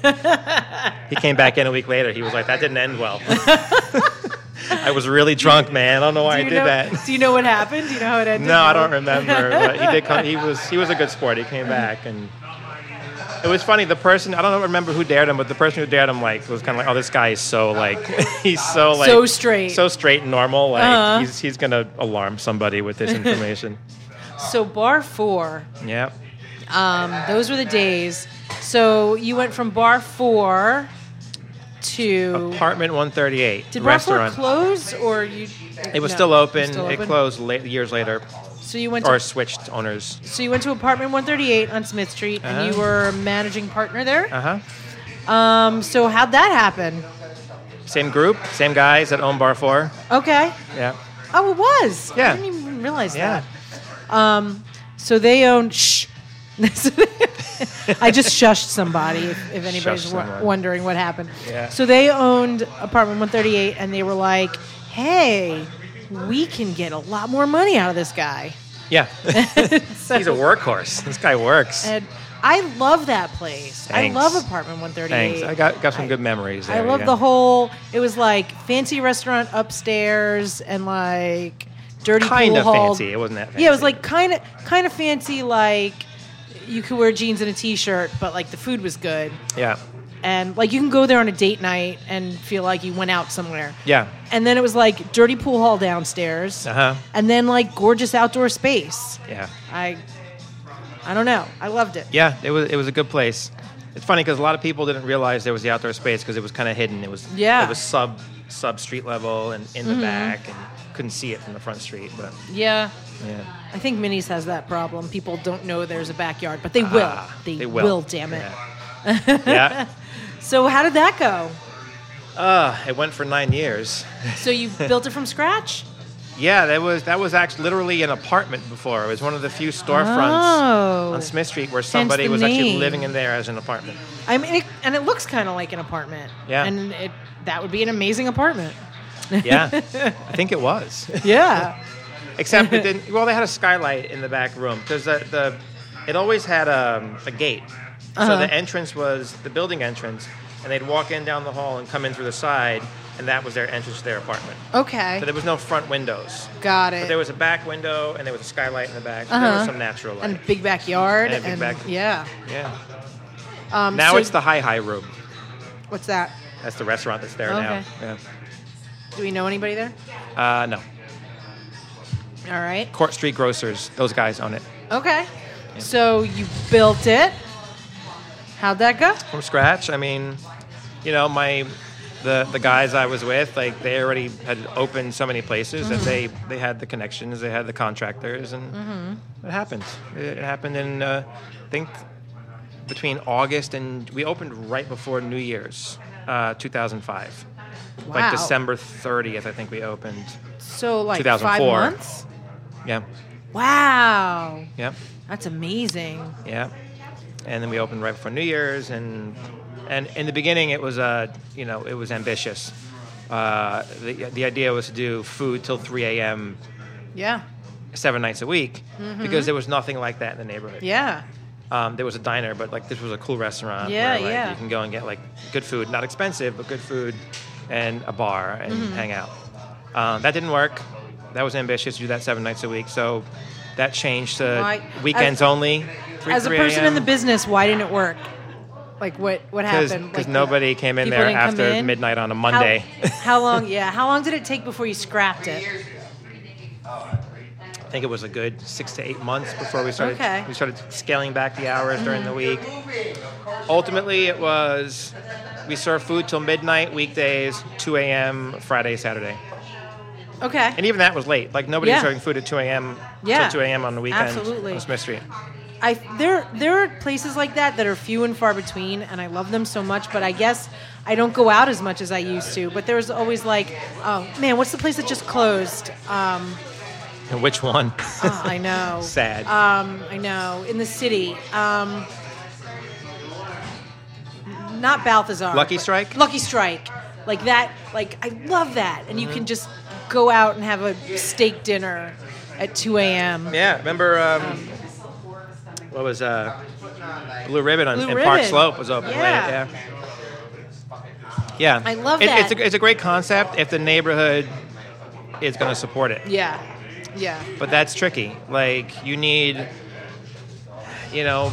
Speaker 2: He came back in a week later. He was like, "That didn't end well." I was really drunk, man. I don't know why I
Speaker 1: you
Speaker 2: did
Speaker 1: know,
Speaker 2: that.
Speaker 1: Do you know what happened? Do you know how it ended?
Speaker 2: No, I don't remember. But he did come. He was he was a good sport. He came back, and it was funny. The person I don't remember who dared him, but the person who dared him like was kind of like, "Oh, this guy is so like he's so like
Speaker 1: So straight.
Speaker 2: so straight and normal. Like
Speaker 1: Uh-huh.
Speaker 2: he's he's gonna alarm somebody with this information."
Speaker 1: So bar four,
Speaker 2: yeah.
Speaker 1: um, those were the days. So you went from bar four to
Speaker 2: Apartment 138.
Speaker 1: did bar four
Speaker 2: restaurant.
Speaker 1: close or you?
Speaker 2: it was
Speaker 1: no,
Speaker 2: still open.
Speaker 1: still
Speaker 2: It closed la- years later,
Speaker 1: So you went
Speaker 2: or
Speaker 1: to,
Speaker 2: switched owners.
Speaker 1: so you went to apartment 138 on Smith Street, and you
Speaker 2: Uh-huh.
Speaker 1: were managing partner there.
Speaker 2: Uh huh.
Speaker 1: Um, so how'd that happen?
Speaker 2: Same group, same guys that own Bar Four.
Speaker 1: Okay.
Speaker 2: Yeah.
Speaker 1: Oh, it was.
Speaker 2: Yeah.
Speaker 1: I didn't even realize
Speaker 2: Yeah.
Speaker 1: that. Um, so they own. Shh. I just shushed somebody. If, if anybody's
Speaker 2: Shushed
Speaker 1: w-
Speaker 2: someone.
Speaker 1: wondering what happened.
Speaker 2: Yeah.
Speaker 1: So they owned apartment 138, and they were like, "Hey, we can get a lot more money out of this guy."
Speaker 2: Yeah.
Speaker 1: So,
Speaker 2: He's a workhorse. This guy works.
Speaker 1: and I love that place.
Speaker 2: Thanks.
Speaker 1: I love apartment 138.
Speaker 2: Thanks. I got, got some good memories
Speaker 1: I
Speaker 2: there.
Speaker 1: love
Speaker 2: yeah.
Speaker 1: the whole. It was like fancy restaurant upstairs and like dirty
Speaker 2: Kind
Speaker 1: pool
Speaker 2: of
Speaker 1: hall.
Speaker 2: fancy. It wasn't that fancy.
Speaker 1: Yeah, it was like kind of kind of fancy. Like you could wear jeans and a t-shirt, but like the food was good,
Speaker 2: Yeah.
Speaker 1: and like you can go there on a date night and feel like you went out somewhere.
Speaker 2: Yeah.
Speaker 1: And then it was like dirty pool hall downstairs,
Speaker 2: Uh huh.
Speaker 1: and then like gorgeous outdoor space.
Speaker 2: Yeah.
Speaker 1: I I don't know. I loved it.
Speaker 2: Yeah. It was it was a good place. It's funny because a lot of people didn't realize there was the outdoor space because it was kind of hidden. It was
Speaker 1: Yeah. Mm-hmm.
Speaker 2: It was sub sub street level and in the back and couldn't see it from the front street. But
Speaker 1: Yeah.
Speaker 2: yeah.
Speaker 1: I think Minnie's has that problem. People don't know there's a backyard, but they
Speaker 2: Ah,
Speaker 1: will. They, will. Damn it.
Speaker 2: Yeah. yeah.
Speaker 1: So how did that go?
Speaker 2: Uh, it went for nine years.
Speaker 1: So you built it from scratch?
Speaker 2: Yeah, that was that was actually literally an apartment before. It was one of the few storefronts
Speaker 1: Oh.
Speaker 2: on Smith Street where somebody
Speaker 1: the
Speaker 2: was actually
Speaker 1: name.
Speaker 2: living in there as an apartment.
Speaker 1: I mean, it, and it looks kind of like an apartment.
Speaker 2: Yeah.
Speaker 1: And it, that would be an amazing apartment.
Speaker 2: Yeah, I think it was.
Speaker 1: Yeah.
Speaker 2: Except it didn't. Well, they had a skylight in the back room because the, the it always had um, a gate. So
Speaker 1: Uh-huh.
Speaker 2: the entrance was the building entrance, and they'd walk in down the hall and come in through the side, and that was their entrance to their apartment.
Speaker 1: Okay.
Speaker 2: So there was no front windows.
Speaker 1: Got
Speaker 2: But there
Speaker 1: it.
Speaker 2: was a back window, and there was a skylight in the back. So There
Speaker 1: Uh-huh.
Speaker 2: was some natural light.
Speaker 1: And big backyard.
Speaker 2: And a big back-
Speaker 1: yeah.
Speaker 2: yeah.
Speaker 1: Um,
Speaker 2: Now
Speaker 1: so-
Speaker 2: it's the high high room.
Speaker 1: What's that?
Speaker 2: That's the restaurant that's there
Speaker 1: Okay.
Speaker 2: now.
Speaker 1: Do we know anybody there?
Speaker 2: Yeah. Uh, no.
Speaker 1: All right.
Speaker 2: Court Street Grocers. Those guys own it.
Speaker 1: Okay. So you built it. How'd that go?
Speaker 2: From scratch. I mean, you know, my the the guys I was with, like they already had opened so many places that they
Speaker 1: Mm-hmm.
Speaker 2: they had the connections, they had the contractors, and it happened. It, it happened in uh, I think between August and we opened right before New Year's, uh, 2005.
Speaker 1: Wow.
Speaker 2: Like December 30th, I think we opened.
Speaker 1: So like five
Speaker 2: 2004.
Speaker 1: months?
Speaker 2: Yeah.
Speaker 1: Wow.
Speaker 2: Yeah.
Speaker 1: That's amazing.
Speaker 2: Yeah. And then we opened right before New Year's, and and in the beginning it was uh, you know it was ambitious. Uh, the the idea was to do food till 3 a.m.
Speaker 1: Yeah.
Speaker 2: seven nights a week because there was nothing like that in the neighborhood.
Speaker 1: Mm-hmm. Yeah.
Speaker 2: Um, there was a diner, but like this was a cool restaurant.
Speaker 1: Yeah,
Speaker 2: where, like,
Speaker 1: yeah.
Speaker 2: You can go and get like good food, not expensive, but good food, and a bar and
Speaker 1: Mm-hmm.
Speaker 2: hang out. Um, that didn't work. That was ambitious to do that seven nights a week. So that changed to
Speaker 1: Why-
Speaker 2: weekends
Speaker 1: as-
Speaker 2: only. 3,
Speaker 1: As a
Speaker 2: 3
Speaker 1: person in the
Speaker 2: a.m..
Speaker 1: business, why didn't it work? Like what what happened?
Speaker 2: because
Speaker 1: Like,
Speaker 2: nobody came in
Speaker 1: people
Speaker 2: there
Speaker 1: didn't come
Speaker 2: after
Speaker 1: in?
Speaker 2: midnight on a
Speaker 1: How-
Speaker 2: Monday.
Speaker 1: How, long? Yeah, how long did it take before you scrapped it?
Speaker 2: think it was a good six to eight months before we started.
Speaker 1: Okay.
Speaker 2: We started scaling back the hours during the week. Ultimately, it was we serve food till midnight weekdays, 2 a.m. Friday, Saturday,
Speaker 1: Okay.
Speaker 2: and even that was late. Like nobody was
Speaker 1: Yeah.
Speaker 2: serving food at 2 a.m.
Speaker 1: Yeah.
Speaker 2: till 2 a.m. on the weekend
Speaker 1: Absolutely.
Speaker 2: on Smith Street.
Speaker 1: I there there are places like that that are few and far between, and I love them so much. But I guess I don't go out as much as I used to. But there's always like, oh man, what's the place that just closed? Um,
Speaker 2: And which one?
Speaker 1: oh, I know.
Speaker 2: Sad.
Speaker 1: Um, I know in the city. Um, not Balthazar.
Speaker 2: Lucky
Speaker 1: but-
Speaker 2: Strike?
Speaker 1: Lucky Strike, like that. Like I love that, and you
Speaker 2: Mm-hmm.
Speaker 1: can just go out and have a steak dinner at 2 a.m.
Speaker 2: yeah, remember um, what was uh, Blue Ribbon on
Speaker 1: Blue
Speaker 2: in Park
Speaker 1: Ribbon.
Speaker 2: Slope was open
Speaker 1: Yeah.
Speaker 2: late. Yeah. Yeah.
Speaker 1: I love
Speaker 2: it, It's
Speaker 1: that.
Speaker 2: a, it's a great concept if the neighborhood is going to support it.
Speaker 1: Yeah, yeah.
Speaker 2: But that's tricky. Like you need, you know,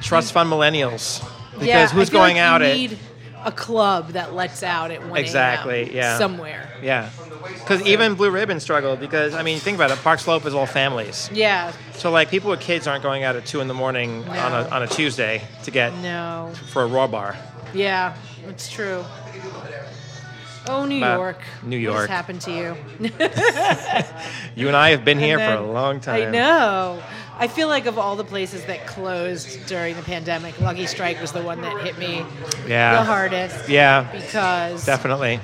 Speaker 2: trust fund millennials because
Speaker 1: Yeah,
Speaker 2: who's
Speaker 1: I feel
Speaker 2: going
Speaker 1: like
Speaker 2: out
Speaker 1: you
Speaker 2: at
Speaker 1: need a club that lets out at one
Speaker 2: Exactly,
Speaker 1: a.m.
Speaker 2: yeah.
Speaker 1: somewhere
Speaker 2: yeah. Because even Blue Ribbon struggled because I mean think about it. Park Slope is all families,
Speaker 1: yeah
Speaker 2: so like people with kids aren't going out at two in the morning on a
Speaker 1: No.
Speaker 2: on a Tuesday to get
Speaker 1: no
Speaker 2: for a raw bar.
Speaker 1: yeah it's true oh new
Speaker 2: Uh,
Speaker 1: york
Speaker 2: New
Speaker 1: what
Speaker 2: York.
Speaker 1: has happened to you
Speaker 2: You and I have been here
Speaker 1: And
Speaker 2: for a
Speaker 1: then-
Speaker 2: long time.
Speaker 1: i know i feel like of all the places that closed during the pandemic lucky strike was the one that hit me
Speaker 2: Yeah.
Speaker 1: the hardest
Speaker 2: Yeah,
Speaker 1: because
Speaker 2: definitely.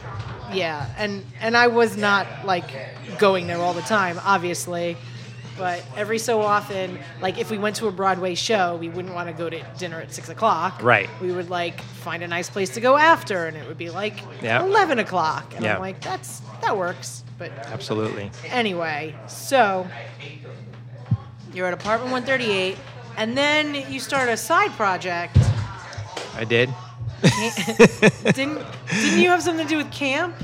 Speaker 1: yeah and and i was not like going there all the time obviously but every so often like if we went to a broadway show we wouldn't want to go to dinner at six o'clock
Speaker 2: Right.
Speaker 1: we would like find a nice place to go after and it would be like
Speaker 2: Yeah.
Speaker 1: 11 o'clock and
Speaker 2: Yeah.
Speaker 1: i'm like that's that works but
Speaker 2: Absolutely.
Speaker 1: anyway so you're at apartment 138 and then you start a side project
Speaker 2: I did.
Speaker 1: didn't didn't you have something to do with camp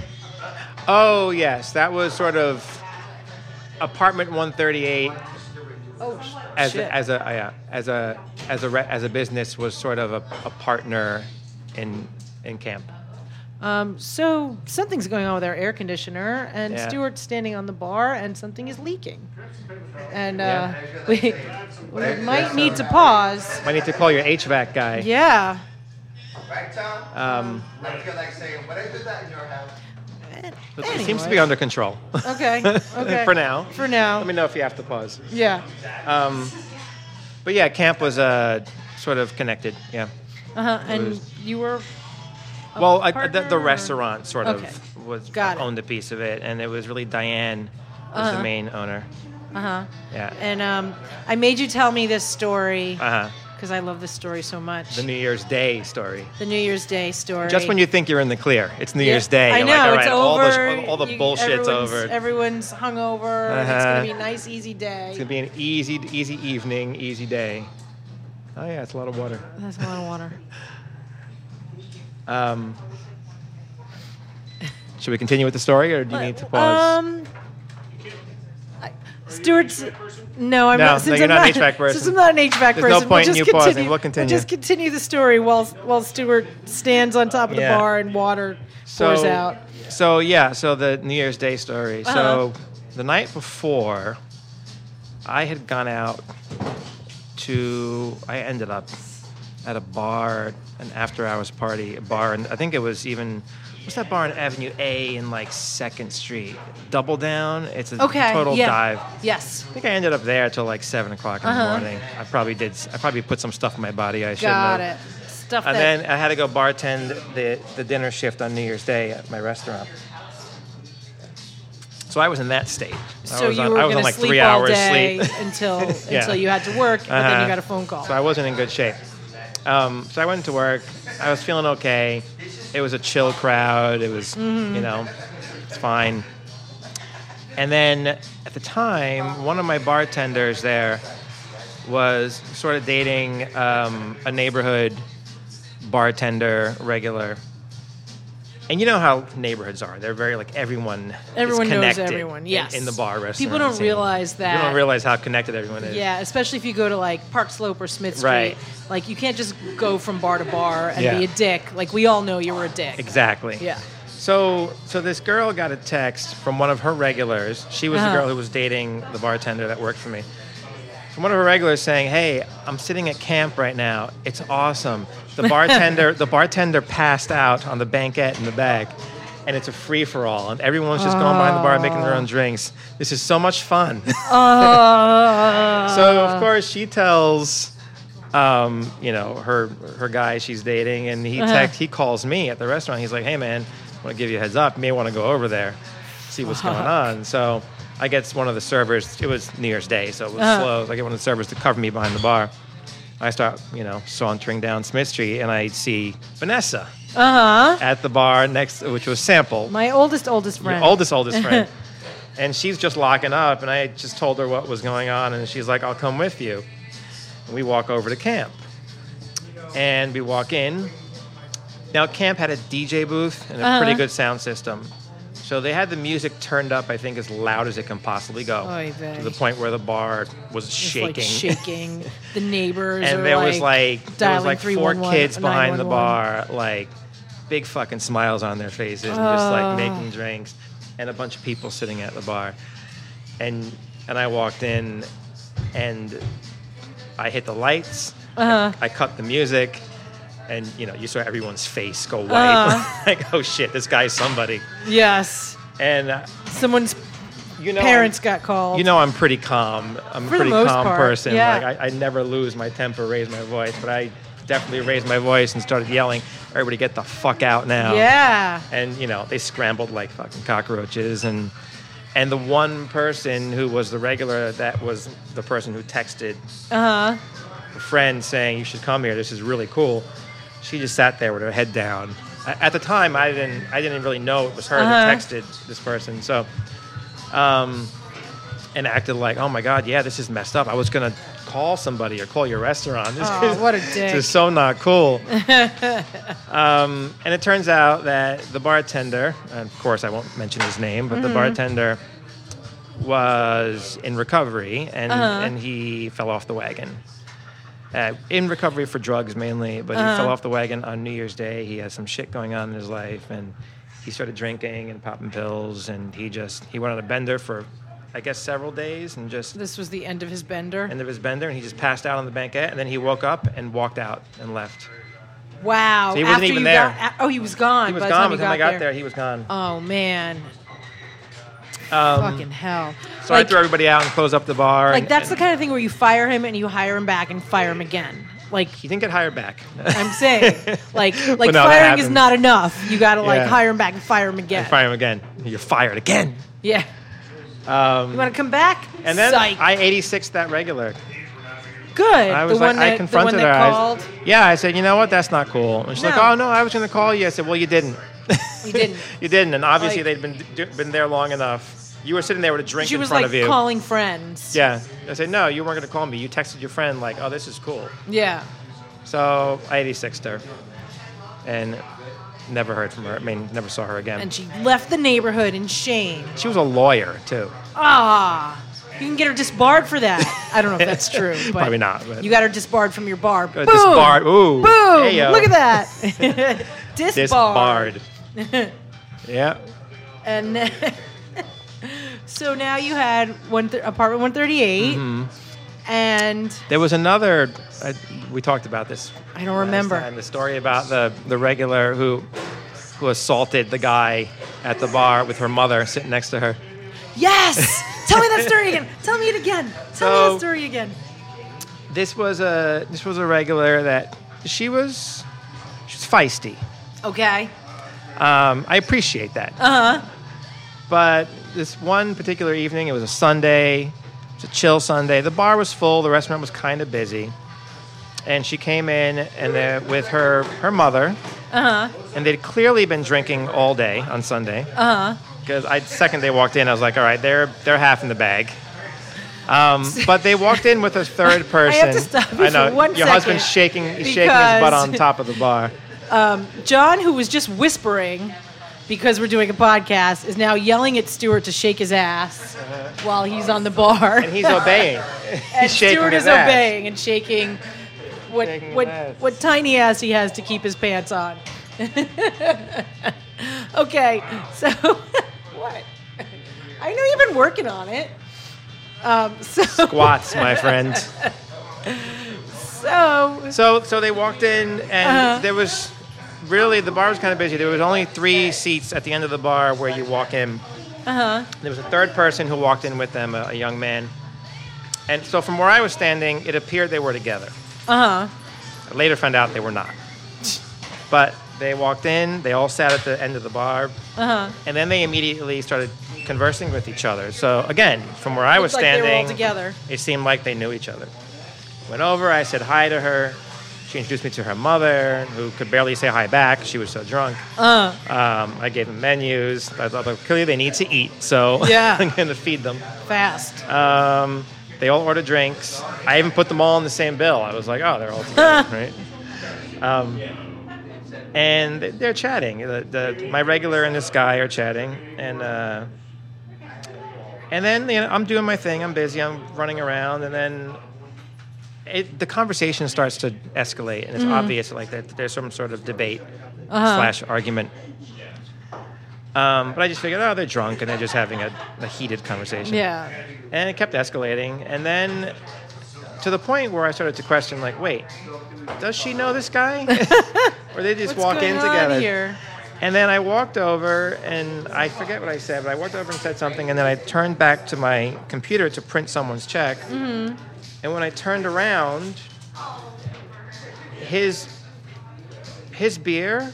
Speaker 2: Oh yes, that was sort of apartment 138
Speaker 1: oh sh-
Speaker 2: as
Speaker 1: shit.
Speaker 2: a, as a yeah, as a as a re- as a business was sort of a, a partner in in camp.
Speaker 1: Um, so something's going on with our air conditioner, and
Speaker 2: Yeah.
Speaker 1: Stuart's standing on the bar, and something is leaking. And uh,
Speaker 2: Yeah.
Speaker 1: we, we might need to pause.
Speaker 2: I need to call your HVAC guy.
Speaker 1: Yeah.
Speaker 3: Right, Tom?
Speaker 2: Um,
Speaker 3: I feel like saying, when I did that in your house.
Speaker 2: it seems to be under control.
Speaker 1: Okay. Okay.
Speaker 2: For now.
Speaker 1: For now.
Speaker 2: Let me know if you have to pause.
Speaker 1: yeah.
Speaker 2: Um, but yeah, camp was uh, sort of connected. Yeah.
Speaker 1: Uh-huh. And you were. a
Speaker 2: well, I, the,
Speaker 1: partner
Speaker 2: the
Speaker 1: or-
Speaker 2: restaurant sort
Speaker 1: Okay.
Speaker 2: of was
Speaker 1: Got it.
Speaker 2: owned a piece of it, and it was really Diane was the
Speaker 1: Uh-huh.
Speaker 2: main owner.
Speaker 1: Uh-huh.
Speaker 2: Yeah.
Speaker 1: And um, I made you tell me this story
Speaker 2: Uh huh.
Speaker 1: because I love this story so much.
Speaker 2: The New Year's Day story.
Speaker 1: The New Year's Day story.
Speaker 2: Just when you think you're in the clear, it's New Year's Day.
Speaker 1: I
Speaker 2: You're
Speaker 1: know
Speaker 2: like, all
Speaker 1: it's
Speaker 2: right,
Speaker 1: over.
Speaker 2: all the, all the
Speaker 1: you-
Speaker 2: bullshit's
Speaker 1: everyone's,
Speaker 2: over.
Speaker 1: Everyone's hungover. and It's
Speaker 2: Uh-huh.
Speaker 1: gonna be a nice, easy day.
Speaker 2: It's gonna be an easy, easy evening, easy day. Oh yeah, it's a lot of water.
Speaker 1: That's a lot of water.
Speaker 2: Um, should we continue with the story, or do you need to pause?
Speaker 1: Um, I- Stuart's. No, I'm
Speaker 2: No, no,
Speaker 1: not. Since
Speaker 2: you're
Speaker 1: I'm
Speaker 2: not an HVAC person.
Speaker 1: Since I'm not an HVAC
Speaker 2: There's no
Speaker 1: person, we'll
Speaker 2: point in
Speaker 1: just
Speaker 2: you
Speaker 1: continue,
Speaker 2: pausing. We'll continue.
Speaker 1: just continue the story while while Stuart stands on top of
Speaker 2: Yeah.
Speaker 1: the bar and water pours out. Uh-huh.
Speaker 2: So yeah, so the New Year's Day story. So the night before, I had gone out to. I ended up at a bar, an after-hours party, a bar, and I think it was even. What's that bar on Avenue A in like Second Street? Double Down. It's a
Speaker 1: Okay.
Speaker 2: total
Speaker 1: yeah.
Speaker 2: dive.
Speaker 1: Yes.
Speaker 2: I think I ended up there till like seven o'clock in the
Speaker 1: Uh-huh.
Speaker 2: morning. I probably did. I probably put some stuff in my body I shouldn't
Speaker 1: Got
Speaker 2: have.
Speaker 1: it. Stuff
Speaker 2: And
Speaker 1: that.
Speaker 2: then I had to go bartend the, the dinner shift on New Year's Day at my restaurant. So I was in that state.
Speaker 1: so
Speaker 2: I was
Speaker 1: you
Speaker 2: on,
Speaker 1: were
Speaker 2: I was
Speaker 1: gonna
Speaker 2: on like
Speaker 1: sleep
Speaker 2: three
Speaker 1: all
Speaker 2: hours
Speaker 1: day
Speaker 2: sleep.
Speaker 1: until
Speaker 2: Yeah.
Speaker 1: until you had to work, but then
Speaker 2: Uh-huh.
Speaker 1: you got a phone call.
Speaker 2: So I wasn't in good shape. Um, so I went to work. I was feeling okay. It was a chill crowd. It was,
Speaker 1: Mm-hmm.
Speaker 2: you know, it's fine. And then at the time, one of my bartenders there was sort of dating um, a neighborhood bartender regular. And you know how neighborhoods are. They're very like everyone is
Speaker 1: Everyone knows
Speaker 2: connected
Speaker 1: everyone,
Speaker 2: in-
Speaker 1: yes.
Speaker 2: In, the bar restaurant.
Speaker 1: People don't
Speaker 2: scene.
Speaker 1: realize that.
Speaker 2: People don't realize how connected everyone is.
Speaker 1: Yeah, especially if you go to like Park Slope or Smith Street.
Speaker 2: Right.
Speaker 1: Like you can't just go from bar to bar and
Speaker 2: Yeah.
Speaker 1: be a dick. Like we all know you were a dick.
Speaker 2: Exactly.
Speaker 1: Yeah.
Speaker 2: So, so this girl got a text from one of her regulars. She was
Speaker 1: Uh-huh.
Speaker 2: the girl who was dating the bartender that worked for me. From one of her regulars saying, "Hey, I'm sitting at camp right now. It's awesome. The bartender, the bartender passed out on the banquette in the back, and it's a free for all. And everyone's just going behind the bar and making their own drinks. This is so much fun."
Speaker 1: Oh.
Speaker 2: so of course she tells um, you know her her guy she's dating and he text he calls me at the restaurant he's like hey man I want to give you a heads up you may want to go over there see what's going on so I get one of the servers it was New Year's Day so it was
Speaker 1: Uh-huh.
Speaker 2: slow so I get one of the servers to cover me behind the bar I start you know sauntering down Smith Street and I see Vanessa
Speaker 1: Uh huh.
Speaker 2: at the bar next which was Sample
Speaker 1: My oldest, oldest
Speaker 2: your
Speaker 1: friend.
Speaker 2: oldest, oldest friend. and she's just locking up, and I just told her what was going on, and she's like, I'll come with you. And we walk over to camp. And we walk in. Now, camp had a DJ booth and a pretty
Speaker 1: Uh-huh.
Speaker 2: good sound system. So they had the music turned up, I think, as loud as it can possibly go.
Speaker 1: Oy vey.
Speaker 2: to the point where the bar was
Speaker 1: Oh, It's
Speaker 2: shaking.
Speaker 1: Like shaking. The neighbors. are
Speaker 2: and there was like there was
Speaker 1: dialing
Speaker 2: like four
Speaker 1: 311
Speaker 2: kids behind the
Speaker 1: 911.
Speaker 2: bar, like big fucking smiles on their faces, and just
Speaker 1: Oh.
Speaker 2: like making drinks, and a bunch of people sitting at the bar, and and I walked in, and I hit the lights,
Speaker 1: Uh-huh.
Speaker 2: I cut the music, and you know you saw everyone's face go white,
Speaker 1: Uh-huh.
Speaker 2: like oh shit, this guy's somebody,
Speaker 1: Yes.
Speaker 2: and uh,
Speaker 1: Someone's
Speaker 2: you know
Speaker 1: parents
Speaker 2: I'm-
Speaker 1: got called.
Speaker 2: you know, I'm pretty calm. I'm
Speaker 1: For
Speaker 2: a
Speaker 1: the
Speaker 2: pretty
Speaker 1: most
Speaker 2: calm
Speaker 1: part,
Speaker 2: person.
Speaker 1: yeah.
Speaker 2: Like I, I never lose my temper, raise my voice, but I definitely raised my voice and started yelling, "Everybody, get the fuck out now!"
Speaker 1: Yeah.
Speaker 2: And you know, they scrambled like fucking cockroaches. And and the one person who was the regular that was the person who texted
Speaker 1: Uh huh.
Speaker 2: a friend saying, "You should come here. This is really cool." She just sat there with her head down. A- At the time, I didn't I didn't really know it was her
Speaker 1: Uh-huh.
Speaker 2: that texted this person. So, um, and acted like, "Oh my God, yeah, this is messed up. I was gonna call somebody or call your restaurant. This
Speaker 1: Aw,
Speaker 2: is,
Speaker 1: what a
Speaker 2: This
Speaker 1: dick.
Speaker 2: is so not cool." um, and it turns out that the bartender, and of course, I won't mention his name, but
Speaker 1: Mm-hmm.
Speaker 2: the bartender was in recovery and,
Speaker 1: Uh-huh.
Speaker 2: and he fell off the wagon. Uh, in recovery for drugs mainly, but he fell
Speaker 1: Uh-huh.
Speaker 2: off the wagon on New Year's Day. He had some shit going on in his life and he started drinking and popping pills and he just he went on a bender for I guess several days and just
Speaker 1: This was the end of his bender.
Speaker 2: end of his bender and he just passed out on the banquette and then he woke up and walked out and left.
Speaker 1: wow.
Speaker 2: So he wasn't
Speaker 1: After
Speaker 2: even
Speaker 1: you
Speaker 2: there.
Speaker 1: Got, a- oh, he was gone.
Speaker 2: He was
Speaker 1: by
Speaker 2: gone by
Speaker 1: The
Speaker 2: the
Speaker 1: time
Speaker 2: time I
Speaker 1: you
Speaker 2: got there. he was gone.
Speaker 1: Oh man. Fucking hell.
Speaker 2: Um, So I
Speaker 1: like,
Speaker 2: threw everybody out and closed up the bar.
Speaker 1: like
Speaker 2: and-
Speaker 1: that's the
Speaker 2: and
Speaker 1: kind of thing where you fire him and you hire him back and fire him again. Like
Speaker 2: he didn't get hired back.
Speaker 1: I'm saying, like like
Speaker 2: no, that
Speaker 1: firing is
Speaker 2: happens.
Speaker 1: not enough. You got to like
Speaker 2: Yeah.
Speaker 1: hire him back and fire him again.
Speaker 2: and fire him again. You're fired again.
Speaker 1: Yeah. you want to come back?
Speaker 2: Um, And then
Speaker 1: Psych.
Speaker 2: I 86 that regular.
Speaker 1: good.
Speaker 2: I was
Speaker 1: the
Speaker 2: like,
Speaker 1: one that,
Speaker 2: I confronted
Speaker 1: the one
Speaker 2: her.
Speaker 1: that
Speaker 2: I-
Speaker 1: called.
Speaker 2: yeah, I said, you know what? That's not cool. And she's like,
Speaker 1: No.
Speaker 2: oh no, I was going to call you. I said, well, you didn't.
Speaker 1: You didn't.
Speaker 2: you didn't. And obviously,
Speaker 1: Like-
Speaker 2: they'd been do- been there long enough. You were sitting there with a drink
Speaker 1: She
Speaker 2: in
Speaker 1: was
Speaker 2: front
Speaker 1: like
Speaker 2: of you.
Speaker 1: calling friends.
Speaker 2: yeah. I said, no, you weren't going to call me. You texted your friend like, oh, this is cool.
Speaker 1: Yeah.
Speaker 2: So I 86 her, and never heard from her. I mean, never saw her again.
Speaker 1: And she left the neighborhood in shame.
Speaker 2: she was a lawyer too.
Speaker 1: Ah. You can get her disbarred for that. I don't know if that's true. But
Speaker 2: Probably not, but-
Speaker 1: You got her disbarred from your bar. Boom.
Speaker 2: Uh, disbarred. Ooh.
Speaker 1: Boom.
Speaker 2: Heyo.
Speaker 1: Look at that. disbarred.
Speaker 2: Disbarred. yeah.
Speaker 1: And then- so now you had one th- apartment 138,
Speaker 2: Mm-hmm.
Speaker 1: and
Speaker 2: There was another. I, we talked about this.
Speaker 1: I don't remember.
Speaker 2: And the story about the the regular who who assaulted the guy at the bar with her mother sitting next to her.
Speaker 1: Yes! Tell me that story again. Tell me it again. Tell me
Speaker 2: So-
Speaker 1: that story again.
Speaker 2: This was a this was a regular that she was she was feisty.
Speaker 1: Okay.
Speaker 2: Um, I appreciate that.
Speaker 1: Uh huh.
Speaker 2: But this one particular evening, it was a Sunday, it was a chill Sunday. The bar was full, the restaurant was kind of busy. And she came in and uh, with her, her mother,
Speaker 1: Uh huh.
Speaker 2: and they'd clearly been drinking all day on Sunday.
Speaker 1: Uh huh.
Speaker 2: Because I second they walked in, I was like, all right, they're, they're half in the bag. Um, but they walked in with a third person.
Speaker 1: have to stop you
Speaker 2: I know
Speaker 1: for one
Speaker 2: your
Speaker 1: second,
Speaker 2: husband's shaking, he's shaking his butt
Speaker 1: because-
Speaker 2: on top of the bar.
Speaker 1: John, who was just whispering because we're doing a podcast, is now yelling at Stuart to shake his ass while he's on the bar.
Speaker 2: Uh-huh. And he's obeying. he's
Speaker 1: And
Speaker 2: shaking
Speaker 1: Stuart
Speaker 2: his
Speaker 1: is
Speaker 2: ass.
Speaker 1: obeying and shaking what
Speaker 2: Shaking his
Speaker 1: what
Speaker 2: ass.
Speaker 1: what tiny ass he has to keep his pants on. Okay, so what? I know you've been working on it. Um, so,
Speaker 2: Squats, my friend.
Speaker 1: so
Speaker 2: So, so they walked in, and
Speaker 1: Uh-huh.
Speaker 2: there was really the bar was kind of busy. There was only three seats at the end of the bar where you walk in.
Speaker 1: uh huh.
Speaker 2: There was a third person who walked in with them, a, a young man. And so, from where I was standing, it appeared they were together.
Speaker 1: Uh huh.
Speaker 2: I later found out they were not. But they walked in, they all sat at the end of the bar,
Speaker 1: Uh huh.
Speaker 2: and then they immediately started conversing with each other. So, again, from where I was
Speaker 1: Looked like they were all
Speaker 2: standing,
Speaker 1: together.
Speaker 2: it seemed like they knew each other. Went over, I said hi to her. She introduced me to her mother, who could barely say hi back. She was so drunk.
Speaker 1: Uh
Speaker 2: Um, I gave them menus. I thought, like, clearly they need to eat, so
Speaker 1: Yeah.
Speaker 2: I'm going to feed them.
Speaker 1: fast.
Speaker 2: Um, they all ordered drinks. I even put them all in the same bill. I was like, oh, they're all together, right? Um, and they're chatting. The, the, my regular and this guy are chatting, and uh, and then you know, I'm doing my thing. I'm busy. I'm running around, and then it, the conversation starts to escalate, and it's obvious like that there's some sort of debate slash argument. Um, but I just figured, oh, they're drunk and they're just having a, a heated conversation
Speaker 1: Yeah.
Speaker 2: and it kept escalating and then to the point where i started to question like wait does she know this guy or they just
Speaker 1: What's
Speaker 2: walk
Speaker 1: going
Speaker 2: in
Speaker 1: on
Speaker 2: together
Speaker 1: here?
Speaker 2: and then i walked over and i forget what i said but i walked over and said something and then i turned back to my computer to print someone's check and when i turned around his his beer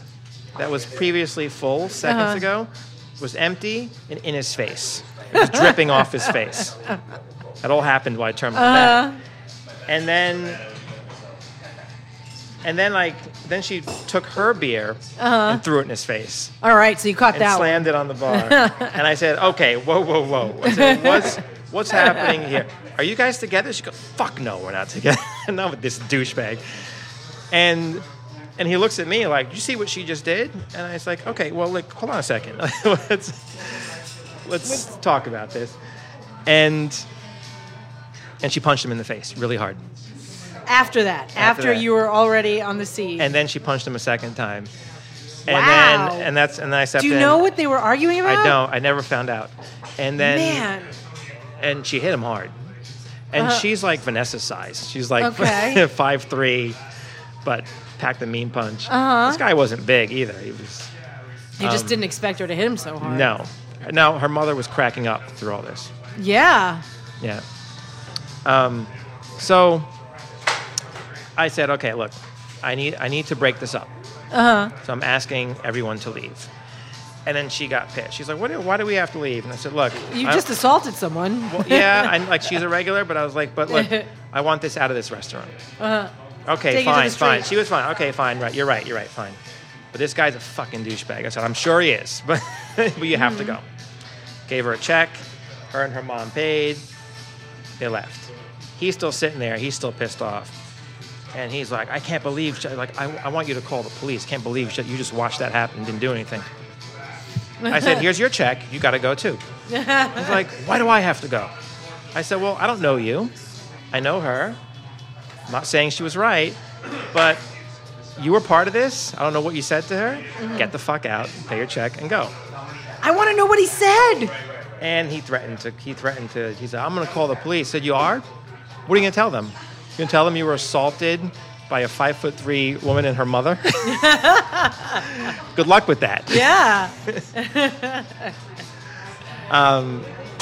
Speaker 2: that was previously full 2nds
Speaker 1: Uh-huh.
Speaker 2: ago was empty and in his face. It was dripping off his face. That all happened while I turned my
Speaker 1: Uh
Speaker 2: back. And then and then like then she took her beer and threw it in his face
Speaker 1: All right. So you caught
Speaker 2: and
Speaker 1: that one.
Speaker 2: slammed it on the bar. and I said, "Okay, whoa, whoa, whoa. I said, what's what's happening here? Are you guys together?" She goes, "Fuck no, we're not together. not with this douchebag." And and he looks at me like, "You see what she just did?" And I was like, "Okay, well, look, hold on a second. let's let's talk about this." And and she punched him in the face really hard.
Speaker 1: After that, after,
Speaker 2: that.
Speaker 1: you were already on the sea.
Speaker 2: And then she punched him a second time. And
Speaker 1: Wow.
Speaker 2: then and that's and then I stepped
Speaker 1: Do you
Speaker 2: in.
Speaker 1: know what they were arguing about?
Speaker 2: I don't. I never found out. And then
Speaker 1: Man.
Speaker 2: and she hit him hard. And
Speaker 1: Uh-huh.
Speaker 2: she's like Vanessa's size. She's like
Speaker 1: Okay.
Speaker 2: five three, but packed a mean punch.
Speaker 1: Uh-huh.
Speaker 2: This guy wasn't big either. He was
Speaker 1: You just didn't expect her to hit him so hard.
Speaker 2: um, no, no. Her mother was cracking up through all this.
Speaker 1: Yeah.
Speaker 2: Yeah. Um, so I said, okay, look, I need I need to break this up.
Speaker 1: Uh huh.
Speaker 2: So I'm asking everyone to leave. And then she got pissed. She's like, what, do- why do we have to leave? And I said, look,
Speaker 1: You
Speaker 2: I-
Speaker 1: just assaulted someone.
Speaker 2: Well, yeah, I'm like she's a regular, but I was like, but look, I want this out of this restaurant.
Speaker 1: Uh,
Speaker 2: Okay,
Speaker 1: Take it to
Speaker 2: fine,
Speaker 1: the
Speaker 2: fine.
Speaker 1: street.
Speaker 2: She was fine. Okay, fine. Right, you're right. You're right. Fine. But this guy's a fucking douchebag. I said, I'm sure he is, but but you have to go. Gave her a check. Her and her mom paid. They left. He's still sitting there. He's still pissed off. And he's like, I can't believe, sh- like, I, I want you to call the police. Can't believe sh- you just watched that happen and didn't do anything. I said, here's your check. You got to go too. He's like, why do I have to go? I said, well, I don't know you. I know her. I'm not saying she was right, but you were part of this. I don't know what you said to her. Get the fuck out, pay your check, and go.
Speaker 1: I want to know what he said.
Speaker 2: And he threatened to. He threatened to. He said, "I'm going to call the police." I said, "You are? What are you going to tell them? You going to tell them you were assaulted by a five foot three woman and her mother? Good luck with that."
Speaker 1: Yeah.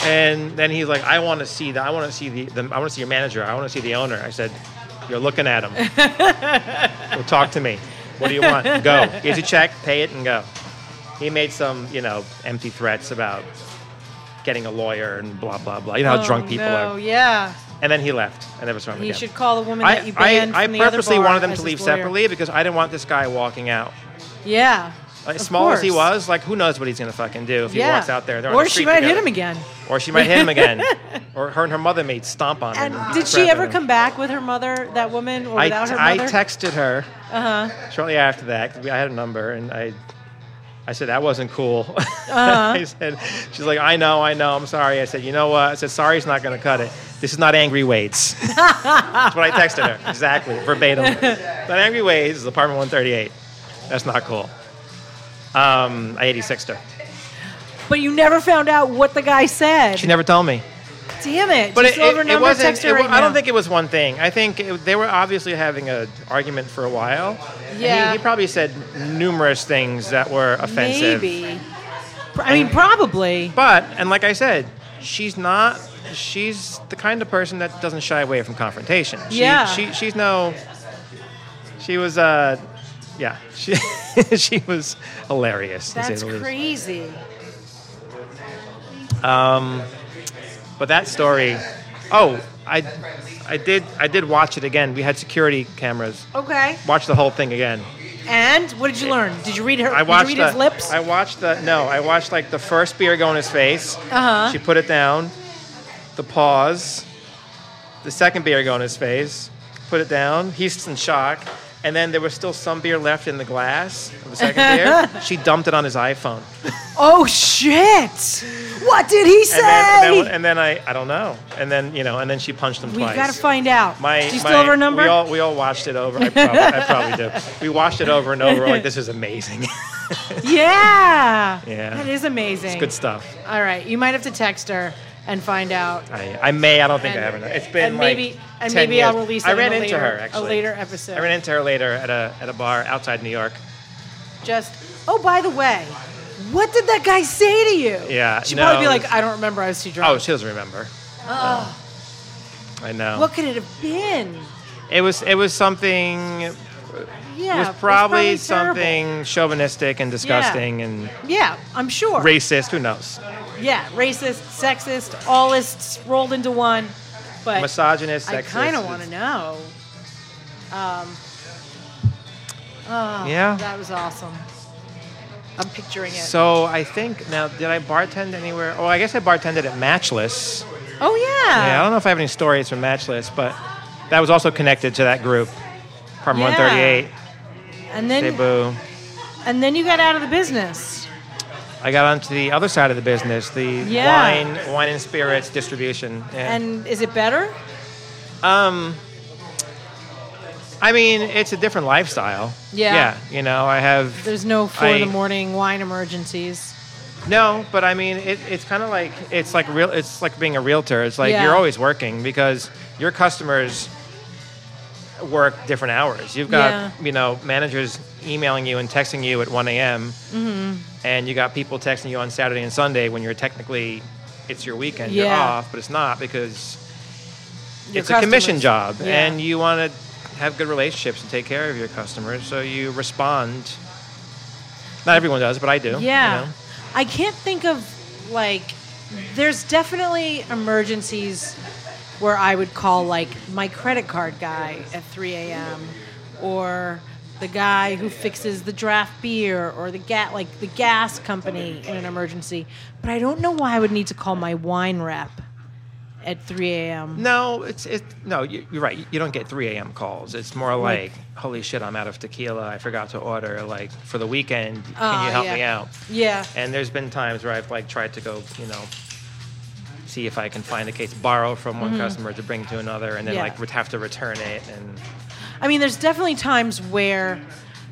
Speaker 2: And then he's like, I want to see the, I want to see the, the I want to see your manager. I want to see the owner. I said, you're looking at him. well, talk to me. What do you want? Go. Here's your check. Pay it and go. He made some, you know, empty threats about getting a lawyer and blah blah blah. You know how
Speaker 1: Oh,
Speaker 2: drunk people
Speaker 1: no.
Speaker 2: are.
Speaker 1: Yeah.
Speaker 2: And then he left. I never saw him
Speaker 1: He
Speaker 2: again.
Speaker 1: should call the woman that
Speaker 2: I,
Speaker 1: you banned
Speaker 2: I, I
Speaker 1: from the other
Speaker 2: purposely
Speaker 1: bar
Speaker 2: wanted them
Speaker 1: as
Speaker 2: to
Speaker 1: his
Speaker 2: leave
Speaker 1: lawyer.
Speaker 2: separately because I didn't want this guy walking out.
Speaker 1: Yeah.
Speaker 2: As
Speaker 1: Of
Speaker 2: small as he
Speaker 1: course.
Speaker 2: was, like who knows what he's gonna fucking do if
Speaker 1: yeah.
Speaker 2: he walks out there. They're on
Speaker 1: or
Speaker 2: the
Speaker 1: she
Speaker 2: street
Speaker 1: might hit
Speaker 2: together.
Speaker 1: him again.
Speaker 2: Or she might hit him again. or her and her mother may stomp on him.
Speaker 1: And did she
Speaker 2: grab
Speaker 1: ever
Speaker 2: him.
Speaker 1: come back with her mother, that woman, or
Speaker 2: I,
Speaker 1: without her
Speaker 2: I
Speaker 1: mother?
Speaker 2: texted her
Speaker 1: uh huh.
Speaker 2: shortly after that. 'cause we- I had a number and I, I said, that wasn't cool.
Speaker 1: Uh-huh.
Speaker 2: I said, she's like, I know, I know, I'm sorry. I said, you know what? I said, sorry's not going to cut it. This is not Angry Wade's. That's what I texted her, exactly, verbatim. not Angry Wade's, it's apartment 138. That's not cool. Um, I 86 her.
Speaker 1: But you never found out what the guy said.
Speaker 2: She never told me.
Speaker 1: Damn it!
Speaker 2: But
Speaker 1: Just
Speaker 2: it,
Speaker 1: throw her
Speaker 2: it, it
Speaker 1: number,
Speaker 2: wasn't.
Speaker 1: text her
Speaker 2: It, wa-
Speaker 1: right
Speaker 2: I don't
Speaker 1: now.
Speaker 2: think it was one thing. I think it, they were obviously having an argument for a while. And he-
Speaker 1: Yeah.
Speaker 2: He, probably said numerous things that were offensive.
Speaker 1: Maybe. Pr- I mean, probably.
Speaker 2: But and like I said, she's not. She's the kind of person that doesn't shy away from confrontation. She,
Speaker 1: Yeah.
Speaker 2: She, she's no. She was. Uh, yeah. She she was hilarious. to say
Speaker 1: That's
Speaker 2: the least.
Speaker 1: crazy.
Speaker 2: But that story. Oh, I I did I did watch it again. We had security cameras.
Speaker 1: Okay.
Speaker 2: Watch the whole thing again.
Speaker 1: And what did you learn? Did you read her?
Speaker 2: I
Speaker 1: did
Speaker 2: watched
Speaker 1: you read
Speaker 2: the,
Speaker 1: his lips.
Speaker 2: I watched the no. I watched like the first beer go in his face.
Speaker 1: Uh-huh.
Speaker 2: She put it down. The pause. The second beer go in his face. Put it down. He's in shock. And then there was still some beer left in the glass of the second beer. She dumped it on his iPhone.
Speaker 1: oh shit! What did he say?
Speaker 2: And then, and then, and then I, I don't know. And then you know, and then she punched him
Speaker 1: We've
Speaker 2: twice.
Speaker 1: got to find out.
Speaker 2: My,
Speaker 1: do you
Speaker 2: my-
Speaker 1: still have her number?
Speaker 2: We all, we all watched it over. I probably, I probably do. We watched it over and over. We're like, this is amazing.
Speaker 1: yeah.
Speaker 2: Yeah.
Speaker 1: That is amazing.
Speaker 2: Good stuff.
Speaker 1: All right, you might have to text her and find out.
Speaker 2: I, I may. I don't think
Speaker 1: And-
Speaker 2: I ever know. It's been
Speaker 1: and maybe
Speaker 2: like
Speaker 1: and
Speaker 2: 10
Speaker 1: maybe
Speaker 2: years.
Speaker 1: I'll release. It
Speaker 2: I ran
Speaker 1: in a
Speaker 2: into
Speaker 1: later,
Speaker 2: her actually.
Speaker 1: A later episode.
Speaker 2: I ran into her later at a at a bar outside New York.
Speaker 1: Just oh, by the way, what did that guy say to you?
Speaker 2: Yeah,
Speaker 1: She'd
Speaker 2: no,
Speaker 1: probably be
Speaker 2: it
Speaker 1: like,
Speaker 2: was-
Speaker 1: I don't remember. I was too drunk.
Speaker 2: Oh, she doesn't remember. I know.
Speaker 1: Ah. What could it have been?
Speaker 2: it was it was something. It
Speaker 1: Yeah,
Speaker 2: was
Speaker 1: it terrible.
Speaker 2: probably something chauvinistic and disgusting and
Speaker 1: Yeah, I'm sure.
Speaker 2: racist. Who knows?
Speaker 1: Yeah, racist, sexist, allists rolled into one. But
Speaker 2: Misogynist, sexist.
Speaker 1: I kind of want to
Speaker 2: it's-
Speaker 1: know. Um, oh,
Speaker 2: Yeah.
Speaker 1: that was awesome. I'm picturing it.
Speaker 2: So I think now did I bartend anywhere? Oh, I guess I bartended at Matchless.
Speaker 1: oh yeah.
Speaker 2: Yeah, I don't know if I have any stories from Matchless, but that was also connected to that group, Apartment
Speaker 1: Yeah.
Speaker 2: 138,
Speaker 1: and then
Speaker 2: Cebu.
Speaker 1: and then you got out of the business.
Speaker 2: I got onto the other side of the business, the
Speaker 1: Yeah.
Speaker 2: wine, wine and spirits distribution. Yeah.
Speaker 1: And is it better?
Speaker 2: I mean, it's a different lifestyle.
Speaker 1: Yeah.
Speaker 2: Yeah. You know, I have.
Speaker 1: There's no four in the
Speaker 2: I-
Speaker 1: morning wine emergencies.
Speaker 2: No, but I mean, it, it's kind of like it's like real. It's like being a realtor. It's like
Speaker 1: Yeah.
Speaker 2: you're always working because your customers work different hours. You've got
Speaker 1: Yeah.
Speaker 2: you know managers emailing you and texting you at 1 a.m.
Speaker 1: Mm-hmm.
Speaker 2: and you got people texting you on Saturday and Sunday when you're technically it's your weekend. You're
Speaker 1: Yeah.
Speaker 2: off, but it's not because
Speaker 1: Your
Speaker 2: it's a commission
Speaker 1: customers.
Speaker 2: job,
Speaker 1: Yeah.
Speaker 2: and you want to have good relationships and take care of your customers, so you respond. Not everyone does, but I do. you
Speaker 1: Yeah.
Speaker 2: know?
Speaker 1: I can't think of like there's definitely emergencies where I would call like my credit card guy at 3 a.m. or the guy who fixes the draft beer or the ga- like the gas company in an emergency. But I don't know why I would need to call my wine rep at 3 a.m.
Speaker 2: No, it's it. No, you, you're right. You don't get 3 a.m. calls. It's more
Speaker 1: Like-
Speaker 2: like, holy shit, I'm out of tequila. I forgot to order. Like for the weekend,
Speaker 1: Ah,
Speaker 2: can you help
Speaker 1: yeah.
Speaker 2: me out?
Speaker 1: Yeah.
Speaker 2: And there's been times where I've like tried to go, you know, see if I can find a case, borrow from one customer to bring to another, and
Speaker 1: Mm-hmm.
Speaker 2: then
Speaker 1: Yeah.
Speaker 2: like would have to return it. And
Speaker 1: I mean, there's definitely times where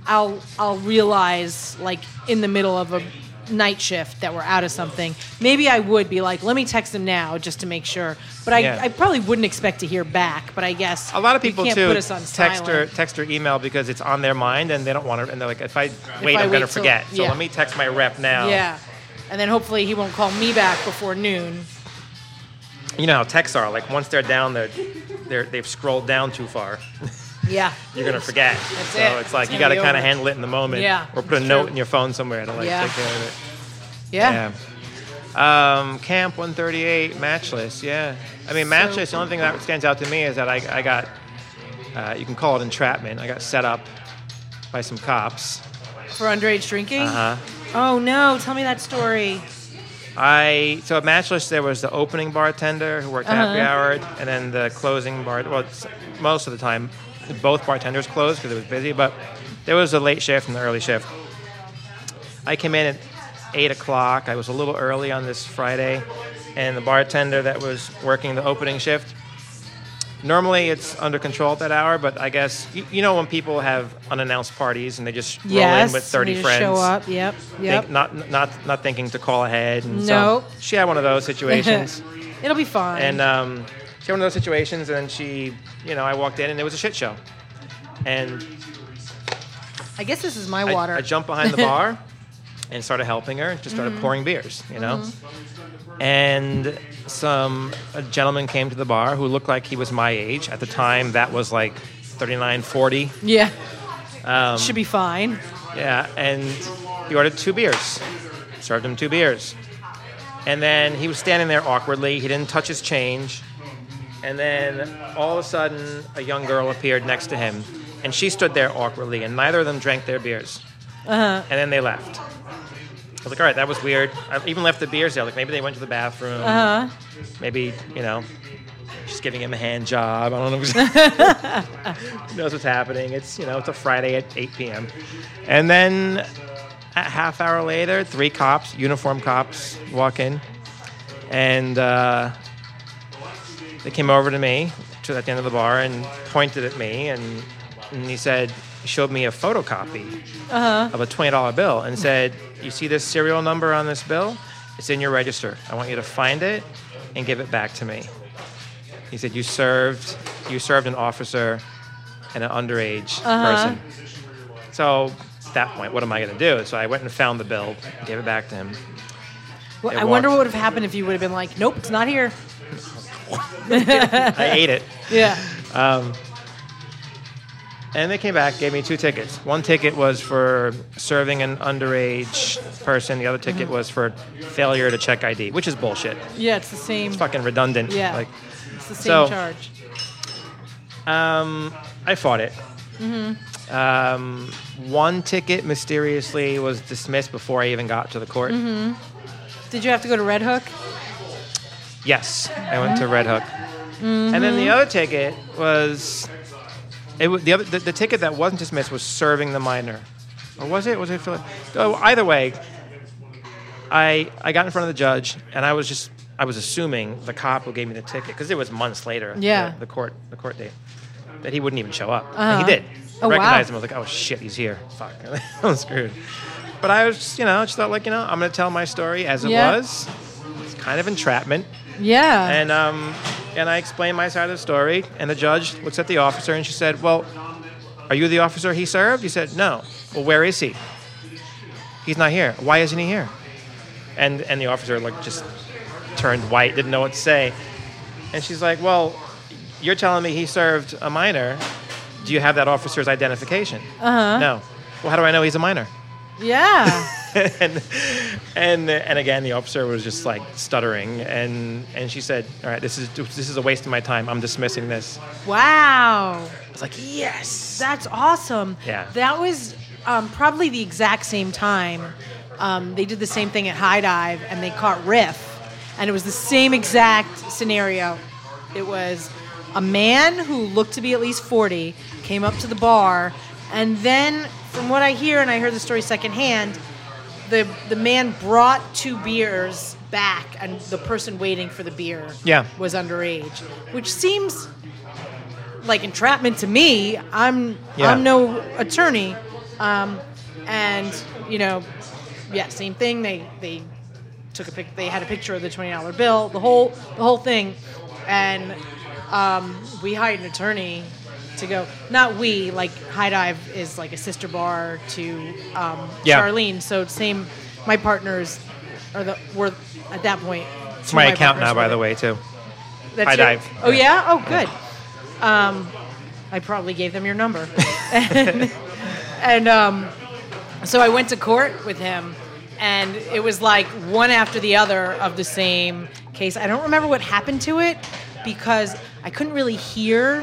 Speaker 1: I'll I'll realize like in the middle of a night shift that we're out of something. Maybe I would be like, let me text them now just to make sure. But I,
Speaker 2: Yeah.
Speaker 1: I probably wouldn't expect to hear back. But I guess
Speaker 2: a lot of
Speaker 1: you
Speaker 2: people
Speaker 1: can't
Speaker 2: too
Speaker 1: put us on
Speaker 2: text or
Speaker 1: silent.
Speaker 2: text or email because it's on their mind and they don't want to. And they're like, if I
Speaker 1: I
Speaker 2: wait, I'm
Speaker 1: wait till-
Speaker 2: gonna forget. So
Speaker 1: yeah.
Speaker 2: let me text my rep now.
Speaker 1: Yeah, and then hopefully he won't call me back before noon.
Speaker 2: You know how texts are. Like once they're down, they're, they're they've scrolled down too far.
Speaker 1: Yeah,
Speaker 2: you're gonna forget. so
Speaker 1: it.
Speaker 2: it's like
Speaker 1: It's
Speaker 2: you
Speaker 1: gonna
Speaker 2: got
Speaker 1: be
Speaker 2: to kind
Speaker 1: over.
Speaker 2: of handle it in the moment,
Speaker 1: Yeah,
Speaker 2: or put a
Speaker 1: it's
Speaker 2: note
Speaker 1: true.
Speaker 2: in your phone somewhere to like
Speaker 1: Yeah.
Speaker 2: take care of it.
Speaker 1: yeah.
Speaker 2: Yeah. Um, Camp 138 Matchless. Yeah. I mean Matchless. the only thing that stands out to me is that I, I got uh, you can call it entrapment. I got set up by some cops.
Speaker 1: For underage drinking.
Speaker 2: Uh huh.
Speaker 1: Oh no! Tell me that story.
Speaker 2: I so at Matchless there was the opening bartender who worked happy
Speaker 1: Uh-huh.
Speaker 2: hour, and then the closing bar. Well, it's, most of the time, both bartenders closed because it was busy. But there was a late shift and the early shift. I came in at eight o'clock. I was a little early on this Friday, and the bartender that was working the opening shift Normally it's under control at that hour, but I guess you, you know when people have unannounced parties and they just roll
Speaker 1: yes.
Speaker 2: in with thirty
Speaker 1: we just
Speaker 2: friends.
Speaker 1: Show up. Yep. Yep.
Speaker 2: Think, not not not thinking to call ahead. And
Speaker 1: Nope.
Speaker 2: So she had one of those situations,
Speaker 1: It'll be fine.
Speaker 2: and um, she had one of those situations, and she, you know, I walked in and it was a shit show, and
Speaker 1: I guess this is my
Speaker 2: I,
Speaker 1: water.
Speaker 2: I jumped behind the bar and started helping her, just
Speaker 1: Mm-hmm.
Speaker 2: started pouring beers, you know. And some a gentleman came to the bar who looked like he was my age at the time. That was like 39, 40.
Speaker 1: yeah.
Speaker 2: Um,
Speaker 1: Should be fine.
Speaker 2: Yeah, and he ordered two beers. Served him two beers. And then he was standing there awkwardly. He didn't touch his change. And then all of a sudden, a young girl appeared next to him. And she stood there awkwardly, and neither of them drank their beers. Uh-huh. And then they left. I was like, all right, that was weird. I even left the beers there. Like, maybe they went to the bathroom.
Speaker 1: Uh,
Speaker 2: Maybe, you know, she's giving him a hand job. I don't know. Who knows what's happening. It's, you know, it's a Friday at 8 p.m. And then a half hour later, three cops, uniform cops, walk in. And uh, they came over to me to at the end of the bar and pointed at me. And, and he said, he showed me a photocopy of a $20 bill and said, You see this serial number on this bill? It's in your register. I want you to find it and give it back to me. He said, You served you served an officer and an underage person. So at that point, what am I gonna do? So I went and found the bill, gave it back to him.
Speaker 1: well,
Speaker 2: It
Speaker 1: I wonder
Speaker 2: walked.
Speaker 1: what would have happened if you would have been like, "Nope, it's not here."
Speaker 2: I ate it.
Speaker 1: Yeah.
Speaker 2: And they came back, gave me two tickets. One ticket was for serving an underage person, the other ticket was for failure to check ID, which is bullshit.
Speaker 1: Yeah. It's the same.
Speaker 2: Fucking redundant.
Speaker 1: Yeah.
Speaker 2: Like
Speaker 1: It's the same
Speaker 2: So-
Speaker 1: charge.
Speaker 2: Um, I fought it. Um, one ticket mysteriously was dismissed before I even got to the court.
Speaker 1: Did you have to go to Red Hook?
Speaker 2: Yes, I went to Red Hook, and then
Speaker 1: Mm-hmm.
Speaker 2: the other ticket was it. wa- The other the, the ticket that wasn't dismissed was serving the minor, or was it? Was it? Phil- Oh, either way, I I got in front of the judge, and I was just I was assuming the cop who gave me the ticket because it was months later.
Speaker 1: Yeah.
Speaker 2: The, the court the court date that he wouldn't even show up.
Speaker 1: Uh-huh.
Speaker 2: And he did.
Speaker 1: Oh,
Speaker 2: I recognized
Speaker 1: wow.
Speaker 2: him. I was like, oh shit, he's here. Fuck, I'm screwed. But I was, just, you know, just thought like, you know, I'm gonna tell my story as it
Speaker 1: Yeah.
Speaker 2: was. It's kind of entrapment.
Speaker 1: Yeah.
Speaker 2: And um, and I explained my side of the story, and the judge looks at the officer and she said, "Well, are you the officer he served?" He said, "No." Well, where is he? He's not here. Why isn't he here? And and the officer like just turned white, didn't know what to say, and she's like, "Well, you're telling me he served a minor. Do you have that officer's identification?"
Speaker 1: Uh-huh.
Speaker 2: No. Well, how do I know he's a minor?
Speaker 1: yeah.
Speaker 2: and and and again, the officer was just like stuttering, and and she said, "All right, this is this is a waste of my time. I'm dismissing this."
Speaker 1: wow.
Speaker 2: I was like, "Yes."
Speaker 1: That's awesome.
Speaker 2: Yeah.
Speaker 1: That was um, probably the exact same time. Um, they did the same thing at High Dive and they caught Riff. And it was the same exact scenario. It was a man who looked to be at least 40 came up to the bar. And then, from what I hear, and I heard the story secondhand, the, the man brought two beers back, and the person waiting for the beer
Speaker 2: Yeah.
Speaker 1: was underage, which seems like entrapment to me. I'm
Speaker 2: Yeah.
Speaker 1: I'm no attorney, um, and you know, yeah, same thing. They they took a pic. They had a picture of the twenty dollar bill, the whole the whole thing, and um, we hired an attorney to go. Not we like High Dive is like a sister bar to um,
Speaker 2: Yeah.
Speaker 1: Charlene. So same, my partners are the were at that point.
Speaker 2: It's my account now, by the way, too.
Speaker 1: That's
Speaker 2: High
Speaker 1: your-
Speaker 2: dive.
Speaker 1: Oh yeah. Oh good. Um, I probably gave them your number, and, and um, so I went to court with him, and it was like one after the other of the same case. I don't remember what happened to it because I couldn't really hear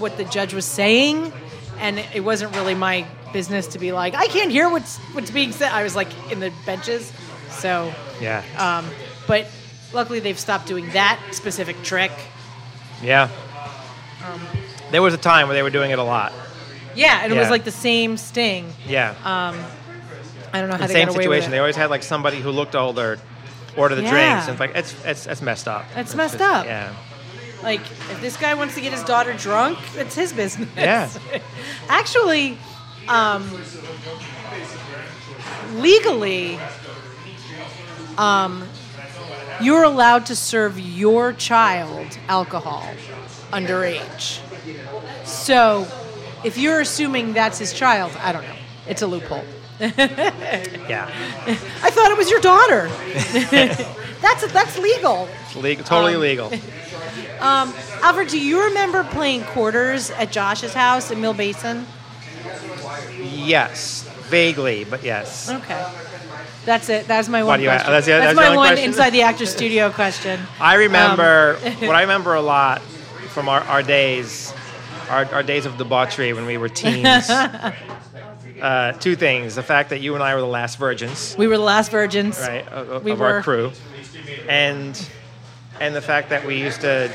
Speaker 1: what the judge was saying, and it wasn't really my business to be like, I can't hear what's what's being said. I was like in the benches, so
Speaker 2: Yeah.
Speaker 1: um, but luckily, they've stopped doing that specific trick.
Speaker 2: yeah.
Speaker 1: um,
Speaker 2: there was a time where they were doing it a lot.
Speaker 1: Yeah, and it was
Speaker 2: Yeah.
Speaker 1: like the same sting.
Speaker 2: Yeah.
Speaker 1: Um, I don't know how
Speaker 2: the
Speaker 1: they
Speaker 2: same
Speaker 1: got away
Speaker 2: situation.
Speaker 1: with
Speaker 2: They
Speaker 1: it.
Speaker 2: always had like somebody who looked older order the
Speaker 1: Yeah.
Speaker 2: drinks, and it's like it's it's that's messed up.
Speaker 1: That's
Speaker 2: It's
Speaker 1: messed
Speaker 2: just-
Speaker 1: up.
Speaker 2: Yeah.
Speaker 1: Like, if this guy wants to get his daughter drunk, it's his business.
Speaker 2: Yeah.
Speaker 1: Actually, um, legally, um, you're allowed to serve your child alcohol underage. So, if you're assuming that's his child, I don't know. It's a loophole.
Speaker 2: Yeah.
Speaker 1: I thought it was your daughter. that's that's legal.
Speaker 2: It's legal, totally
Speaker 1: Um,
Speaker 2: legal.
Speaker 1: Um, Alfred, do you remember playing quarters at Josh's house in Mill Basin?
Speaker 2: Yes. Vaguely, but yes.
Speaker 1: Okay. That's it. That's my one
Speaker 2: Why do you
Speaker 1: question.
Speaker 2: ask- that's the- that's the
Speaker 1: my
Speaker 2: only
Speaker 1: one
Speaker 2: question?
Speaker 1: inside the actor studio question.
Speaker 2: I remember what I remember a lot from our, our days, our, our days of debauchery when we were teens. uh, two things: the fact that you and I were the last virgins,
Speaker 1: We were the last virgins.
Speaker 2: right, of,
Speaker 1: We
Speaker 2: of
Speaker 1: were.
Speaker 2: our crew, and and the fact that we used to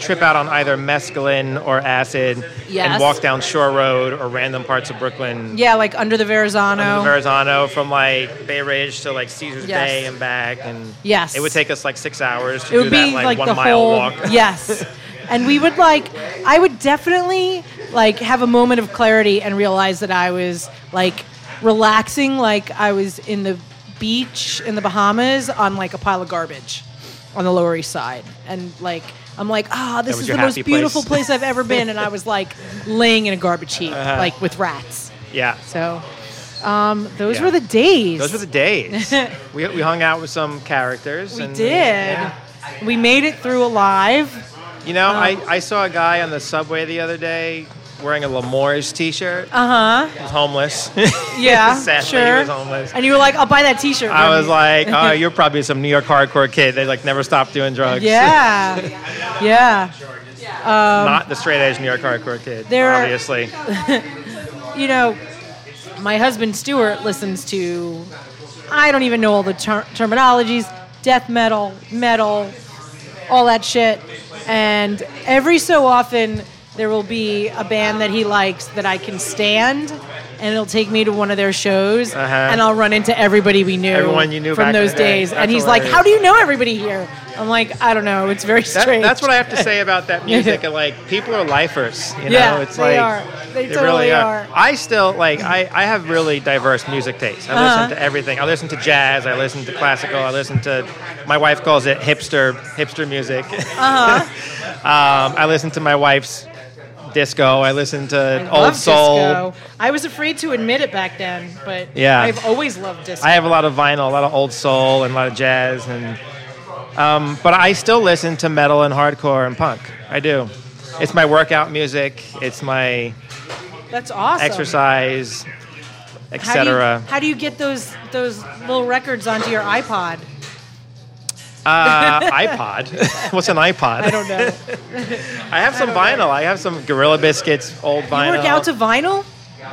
Speaker 2: trip out on either mescaline or acid
Speaker 1: Yes.
Speaker 2: and walk down Shore Road or random parts of Brooklyn.
Speaker 1: Yeah, like under the Verrazano.
Speaker 2: From Verrazano, from like Bay Ridge to like Caesar's
Speaker 1: Yes.
Speaker 2: Bay and back, and
Speaker 1: Yes.
Speaker 2: it would take us like six hours to
Speaker 1: it
Speaker 2: do
Speaker 1: would
Speaker 2: that
Speaker 1: be
Speaker 2: like,
Speaker 1: like,
Speaker 2: one
Speaker 1: the
Speaker 2: mile
Speaker 1: whole
Speaker 2: walk.
Speaker 1: yes and we would like i would definitely like have a moment of clarity and realize that i was like relaxing like i was in the beach in the bahamas on like a pile of garbage on the lower east side and like i'm like ah this
Speaker 2: was
Speaker 1: is
Speaker 2: your
Speaker 1: the most
Speaker 2: happy place. Uh-huh.
Speaker 1: beautiful place i've ever been and i was like laying in a garbage heap like with rats
Speaker 2: Yeah.
Speaker 1: so um, those
Speaker 2: Yeah.
Speaker 1: were the days
Speaker 2: Those were the days. we, we hung out with some characters.
Speaker 1: we
Speaker 2: and
Speaker 1: did we made it through alive
Speaker 2: You know, I,
Speaker 1: Oh.
Speaker 2: I saw a guy on the subway the other day wearing a Lamores t shirt. Uh
Speaker 1: Uh-huh.
Speaker 2: huh. He was homeless.
Speaker 1: Yeah,
Speaker 2: Sadly, he
Speaker 1: sure.
Speaker 2: was homeless.
Speaker 1: And you were like, "I'll buy that T-shirt."
Speaker 2: I
Speaker 1: for
Speaker 2: was
Speaker 1: me."
Speaker 2: like, oh, you're probably some New York hardcore kid. They like never stopped doing drugs.
Speaker 1: "Yeah, yeah."
Speaker 2: Not the straight edge New York hardcore kid,
Speaker 1: There are-
Speaker 2: obviously.
Speaker 1: You know, my husband Stuart listens to. I don't even know all the ter- terminologies: death metal, metal, all that shit. And every so often, there will be a band that he likes that I can stand. And it'll take me to one of their shows,
Speaker 2: Uh-huh.
Speaker 1: and I'll run into everybody we knew,
Speaker 2: Everyone you knew
Speaker 1: from
Speaker 2: back in
Speaker 1: those
Speaker 2: the day.
Speaker 1: days.
Speaker 2: That's
Speaker 1: and he's like,
Speaker 2: hilarious.
Speaker 1: "How do you know everybody here?" I'm like, "I don't know. It's very
Speaker 2: That-
Speaker 1: strange."
Speaker 2: that's what I have to say about that music. and like people are lifers, you know.
Speaker 1: Yeah,
Speaker 2: it's
Speaker 1: they
Speaker 2: like
Speaker 1: are. They totally are.
Speaker 2: I still like I, I have really diverse music tastes. I
Speaker 1: Uh-huh.
Speaker 2: listen to everything. I listen to jazz. I listen to classical. I listen to my wife calls it hipster hipster music. Uh-huh. um, I listen to my wife's disco. I listen to
Speaker 1: I
Speaker 2: old
Speaker 1: love
Speaker 2: soul.
Speaker 1: disco. I was afraid to admit it back then, but
Speaker 2: Yeah.
Speaker 1: I've always loved disco.
Speaker 2: I have a lot of vinyl, a lot of old soul, and a lot of jazz, and um, but I still listen to metal and hardcore and punk. I do. It's my workout music. It's my
Speaker 1: That's awesome.
Speaker 2: exercise,
Speaker 1: How do, you,
Speaker 2: etc.
Speaker 1: how do you get those those little records onto your iPod?
Speaker 2: Uh, iPod. What's an iPod?
Speaker 1: I don't know.
Speaker 2: I have some vinyl. I have some Gorilla Biscuits old
Speaker 1: you
Speaker 2: vinyl.
Speaker 1: work out to vinyl?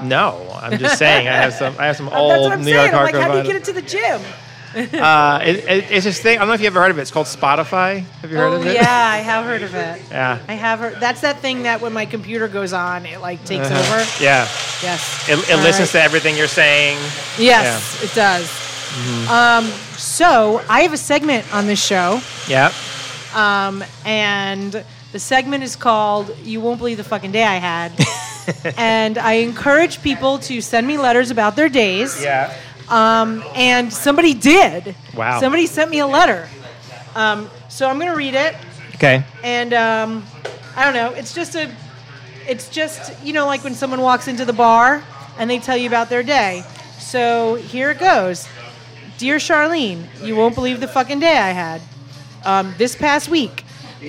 Speaker 2: no, I'm just saying. I have some. I have some
Speaker 1: Uh,
Speaker 2: old
Speaker 1: That's what I'm
Speaker 2: New
Speaker 1: saying.
Speaker 2: York
Speaker 1: I'm like,
Speaker 2: hardcore
Speaker 1: how do you
Speaker 2: vinyl.
Speaker 1: get it to the gym?
Speaker 2: uh, it, it, it's this thing. I don't know if you ever heard of it. It's called Spotify. Have you heard
Speaker 1: oh
Speaker 2: of it?
Speaker 1: yeah, I have heard of it.
Speaker 2: Yeah.
Speaker 1: I have heard. That's that thing that when my computer goes on, it like takes over.
Speaker 2: Yeah.
Speaker 1: Yes.
Speaker 2: Uh-huh. It, it
Speaker 1: All
Speaker 2: listens
Speaker 1: right.
Speaker 2: to everything you're saying.
Speaker 1: Yes, it does.
Speaker 2: Mm-hmm.
Speaker 1: Um, so I have a segment on this show.
Speaker 2: Yeah.
Speaker 1: Um, and the segment is called You Won't Believe the Fucking Day I Had. and I encourage people to send me letters about their days.
Speaker 2: Yeah.
Speaker 1: Um, and somebody did.
Speaker 2: Wow.
Speaker 1: Somebody sent me a letter. Um, so I'm going to read it.
Speaker 2: Okay.
Speaker 1: And um, I don't know. It's just a, it's just, you know, like when someone walks into the bar and they tell you about their day. So here it goes. Dear Charlene, you won't believe the fucking day I had. Um, this past week,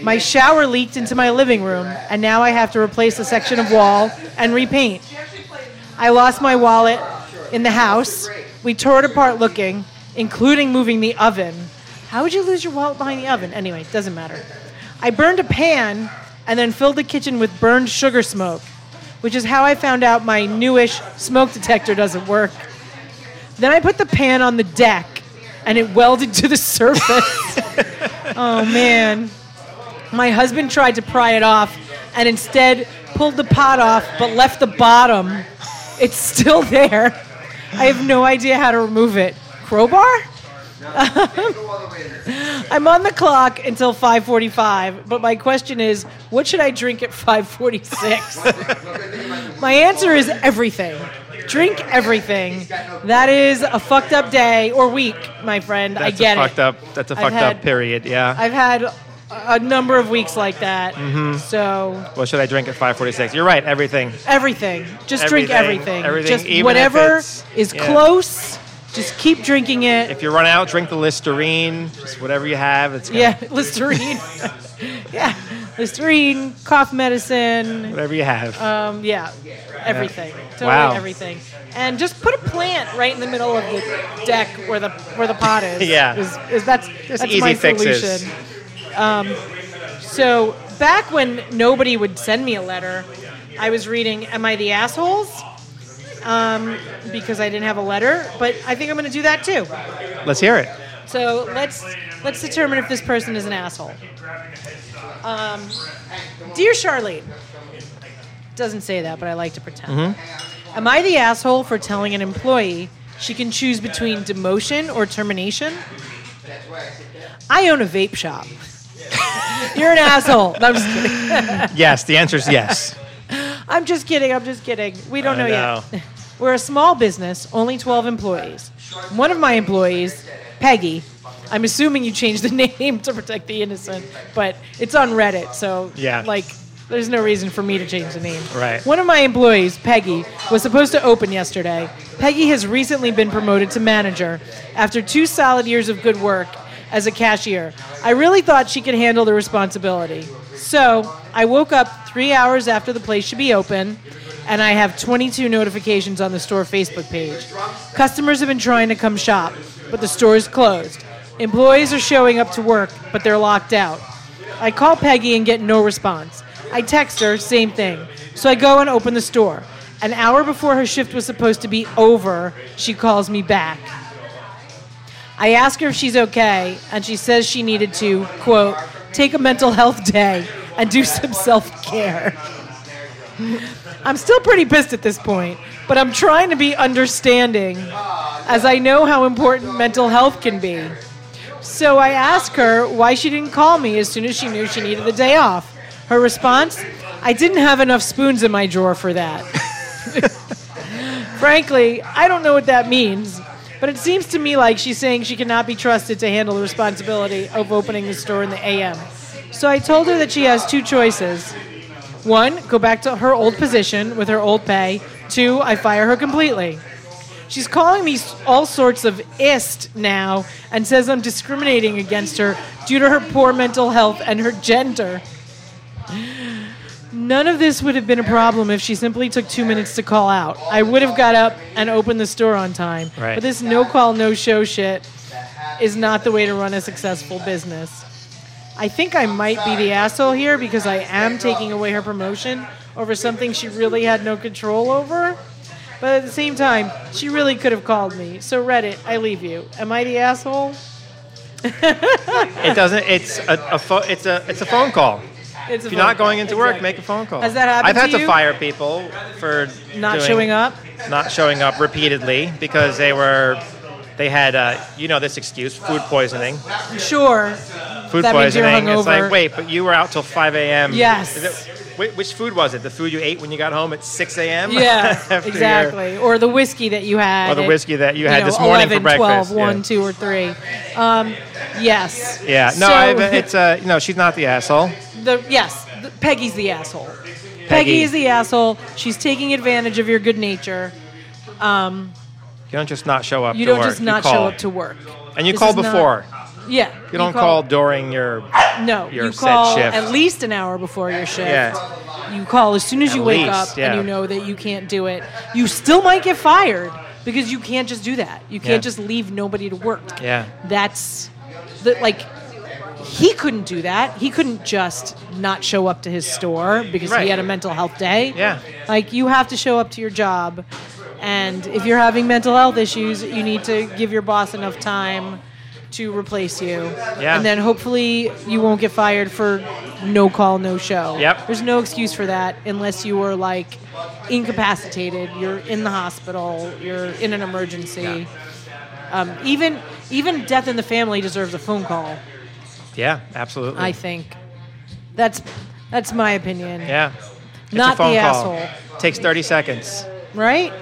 Speaker 1: my shower leaked into my living room, and now I have to replace a section of wall and repaint. I lost my wallet in the house. We tore it apart looking, including moving the oven. How would you lose your wallet behind the oven? Anyway, it doesn't matter. I burned a pan and then filled the kitchen with burned sugar smoke, which is how I found out my newish smoke detector doesn't work. Then I put the pan on the deck and it welded to the surface. oh man. My husband tried to pry it off and instead pulled the pot off but left the bottom. It's still there. I have no idea how to remove it. Crowbar?
Speaker 3: Go all the way in this.
Speaker 1: I'm on the clock until 5:45, but my question is, what should I drink at 5:46? my answer is everything. Drink everything. That is a fucked up day or week, my friend. I
Speaker 2: That's
Speaker 1: get
Speaker 2: a fucked
Speaker 1: it.
Speaker 2: up. That's a
Speaker 1: I've
Speaker 2: fucked
Speaker 1: had-
Speaker 2: up period. Yeah.
Speaker 1: I've had a- a number of weeks like that.
Speaker 2: Mm-hmm.
Speaker 1: So
Speaker 2: what should I drink at 5:46? You're right. Everything.
Speaker 1: everything. Just drink
Speaker 2: Everything,
Speaker 1: everything.
Speaker 2: everything,
Speaker 1: just
Speaker 2: even if
Speaker 1: whatever
Speaker 2: it's-
Speaker 1: is
Speaker 2: yeah.
Speaker 1: close. Just keep drinking it.
Speaker 2: If you run out, drink the Listerine. Just whatever you have. It's gonna-
Speaker 1: yeah, Listerine. yeah, Listerine, cough medicine.
Speaker 2: Whatever you have.
Speaker 1: Um, yeah, everything. Totally
Speaker 2: Wow.
Speaker 1: everything. And just put a plant right in the middle of the deck where the where the pot is.
Speaker 2: Yeah.
Speaker 1: Is, is that's that's
Speaker 2: easy
Speaker 1: my
Speaker 2: fixes.
Speaker 1: solution. Um, so back when nobody would send me a letter, I was reading "Am I the Assholes?" Um, because I didn't have a letter, but I think I'm going to do that too.
Speaker 2: Let's hear it.
Speaker 1: So let's let's determine if this person is an asshole. Um, dear Charlene, doesn't say that, but I like to pretend. Am I the asshole for telling an employee she can choose between demotion or termination? I own a vape shop. You're an asshole. No, I'm just kidding.
Speaker 2: Yes. The answer is yes.
Speaker 1: I'm just kidding. I'm just kidding. We don't know,
Speaker 2: I know.
Speaker 1: yet. We're a small business, only 12 employees. One of my employees, Peggy, I'm assuming you changed the name to protect the innocent, but it's on Reddit, so
Speaker 2: Yeah.
Speaker 1: like there's no reason for me to change the name.
Speaker 2: Right.
Speaker 1: One of my employees, Peggy, was supposed to open yesterday. Peggy has recently been promoted to manager after two solid years of good work as a cashier. I really thought she could handle the responsibility. So I woke up three hours after the place should be open, and I have 22 notifications on the store Facebook page. Customers have been trying to come shop, but the store is closed. Employees are showing up to work, but they're locked out. I call Peggy and get no response. I text her, same thing. So I go and open the store. An hour before her shift was supposed to be over, she calls me back. I ask her if she's okay, and she says she needed to, quote, take a mental health day and do some self care. I'm still pretty pissed at this point, but I'm trying to be understanding as I know how important mental health can be. So I asked her why she didn't call me as soon as she knew she needed the day off. Her response I didn't have enough spoons in my drawer for that. Frankly, I don't know what that means, but it seems to me like she's saying she cannot be trusted to handle the responsibility of opening the store in the AM. So I told her that she has two choices. One, go back to her old position with her old pay. Two, I fire her completely. She's calling me s- all sorts of ist now and says I'm discriminating against her due to her poor mental health and her gender. None of this would have been a problem if she simply took two minutes to call out. I would have got up and opened the store on time.
Speaker 2: Right.
Speaker 1: But this no call, no show shit is not the way to run a successful business. I think I might be the asshole here because I am taking away her promotion over something she really had no control over. But at the same time, she really could have called me. So Reddit, I leave you. Am I the asshole?
Speaker 2: It doesn't. It's a, a pho- it's a it's a phone call.
Speaker 1: It's
Speaker 2: If you're not going into work, make a phone call.
Speaker 1: Has that happened
Speaker 2: I've had
Speaker 1: to
Speaker 2: to,
Speaker 1: you?
Speaker 2: fire people for
Speaker 1: Not
Speaker 2: doing-
Speaker 1: showing up?
Speaker 2: not showing up repeatedly because they were they had uh, you know this excuse food poisoning.
Speaker 1: Sure.
Speaker 2: Food
Speaker 1: That means you're
Speaker 2: poisoning. It's like
Speaker 1: hungover.
Speaker 2: wait, but you were out till 5 a.m.
Speaker 1: Yes.
Speaker 2: Is it- whi- which food was it? The food you ate when you got home at 6 a.m. After
Speaker 1: Yeah,
Speaker 2: your-
Speaker 1: exactly. Or the whiskey that you had.
Speaker 2: Or the
Speaker 1: at,
Speaker 2: whiskey that you had
Speaker 1: know,
Speaker 2: this morning
Speaker 1: 11,
Speaker 2: for
Speaker 1: 12,
Speaker 2: breakfast.
Speaker 1: 1,
Speaker 2: Yeah.
Speaker 1: 2, or 3. Um, yes.
Speaker 2: Yeah. No,
Speaker 1: So-
Speaker 2: I've, it's uh, no. She's not the asshole.
Speaker 1: the yes, the, Peggy's the asshole. Peggy.
Speaker 2: Peggy.
Speaker 1: is the asshole. She's taking advantage of your good nature.
Speaker 2: You don't just not show up.
Speaker 1: You
Speaker 2: to
Speaker 1: don't
Speaker 2: work.
Speaker 1: just not
Speaker 2: you
Speaker 1: show
Speaker 2: call.
Speaker 1: up to work.
Speaker 2: And you
Speaker 1: This
Speaker 2: call
Speaker 1: is not-
Speaker 2: before.
Speaker 1: Yeah.
Speaker 2: you don't call during your
Speaker 1: No,
Speaker 2: your
Speaker 1: you
Speaker 2: set
Speaker 1: call
Speaker 2: shift.
Speaker 1: at least an hour before your shift.
Speaker 2: Yeah.
Speaker 1: You call as soon as you
Speaker 2: At
Speaker 1: wake
Speaker 2: least,
Speaker 1: up
Speaker 2: yeah.
Speaker 1: and you know that you can't do it. You still might get fired because you can't just do that. You can't
Speaker 2: Yeah.
Speaker 1: just leave nobody to work.
Speaker 2: Yeah.
Speaker 1: That's the like he couldn't do that. He couldn't just not show up to his store because
Speaker 2: Right.
Speaker 1: he had a mental health day.
Speaker 2: Yeah.
Speaker 1: Like you have to show up to your job and if you're having mental health issues, you need to give your boss enough time to replace you.
Speaker 2: Yeah.
Speaker 1: And then hopefully you won't get fired for no call, no show.
Speaker 2: Yep.
Speaker 1: There's no excuse for that unless you were like incapacitated, you're in the hospital, you're in an emergency. Um, even even Death in the Family deserves a phone call.
Speaker 2: Yeah, absolutely.
Speaker 1: I think that's that's my opinion.
Speaker 2: Yeah. It's
Speaker 1: Not
Speaker 2: a phone
Speaker 1: the
Speaker 2: call.
Speaker 1: asshole.
Speaker 2: Takes 30 seconds.
Speaker 1: Right.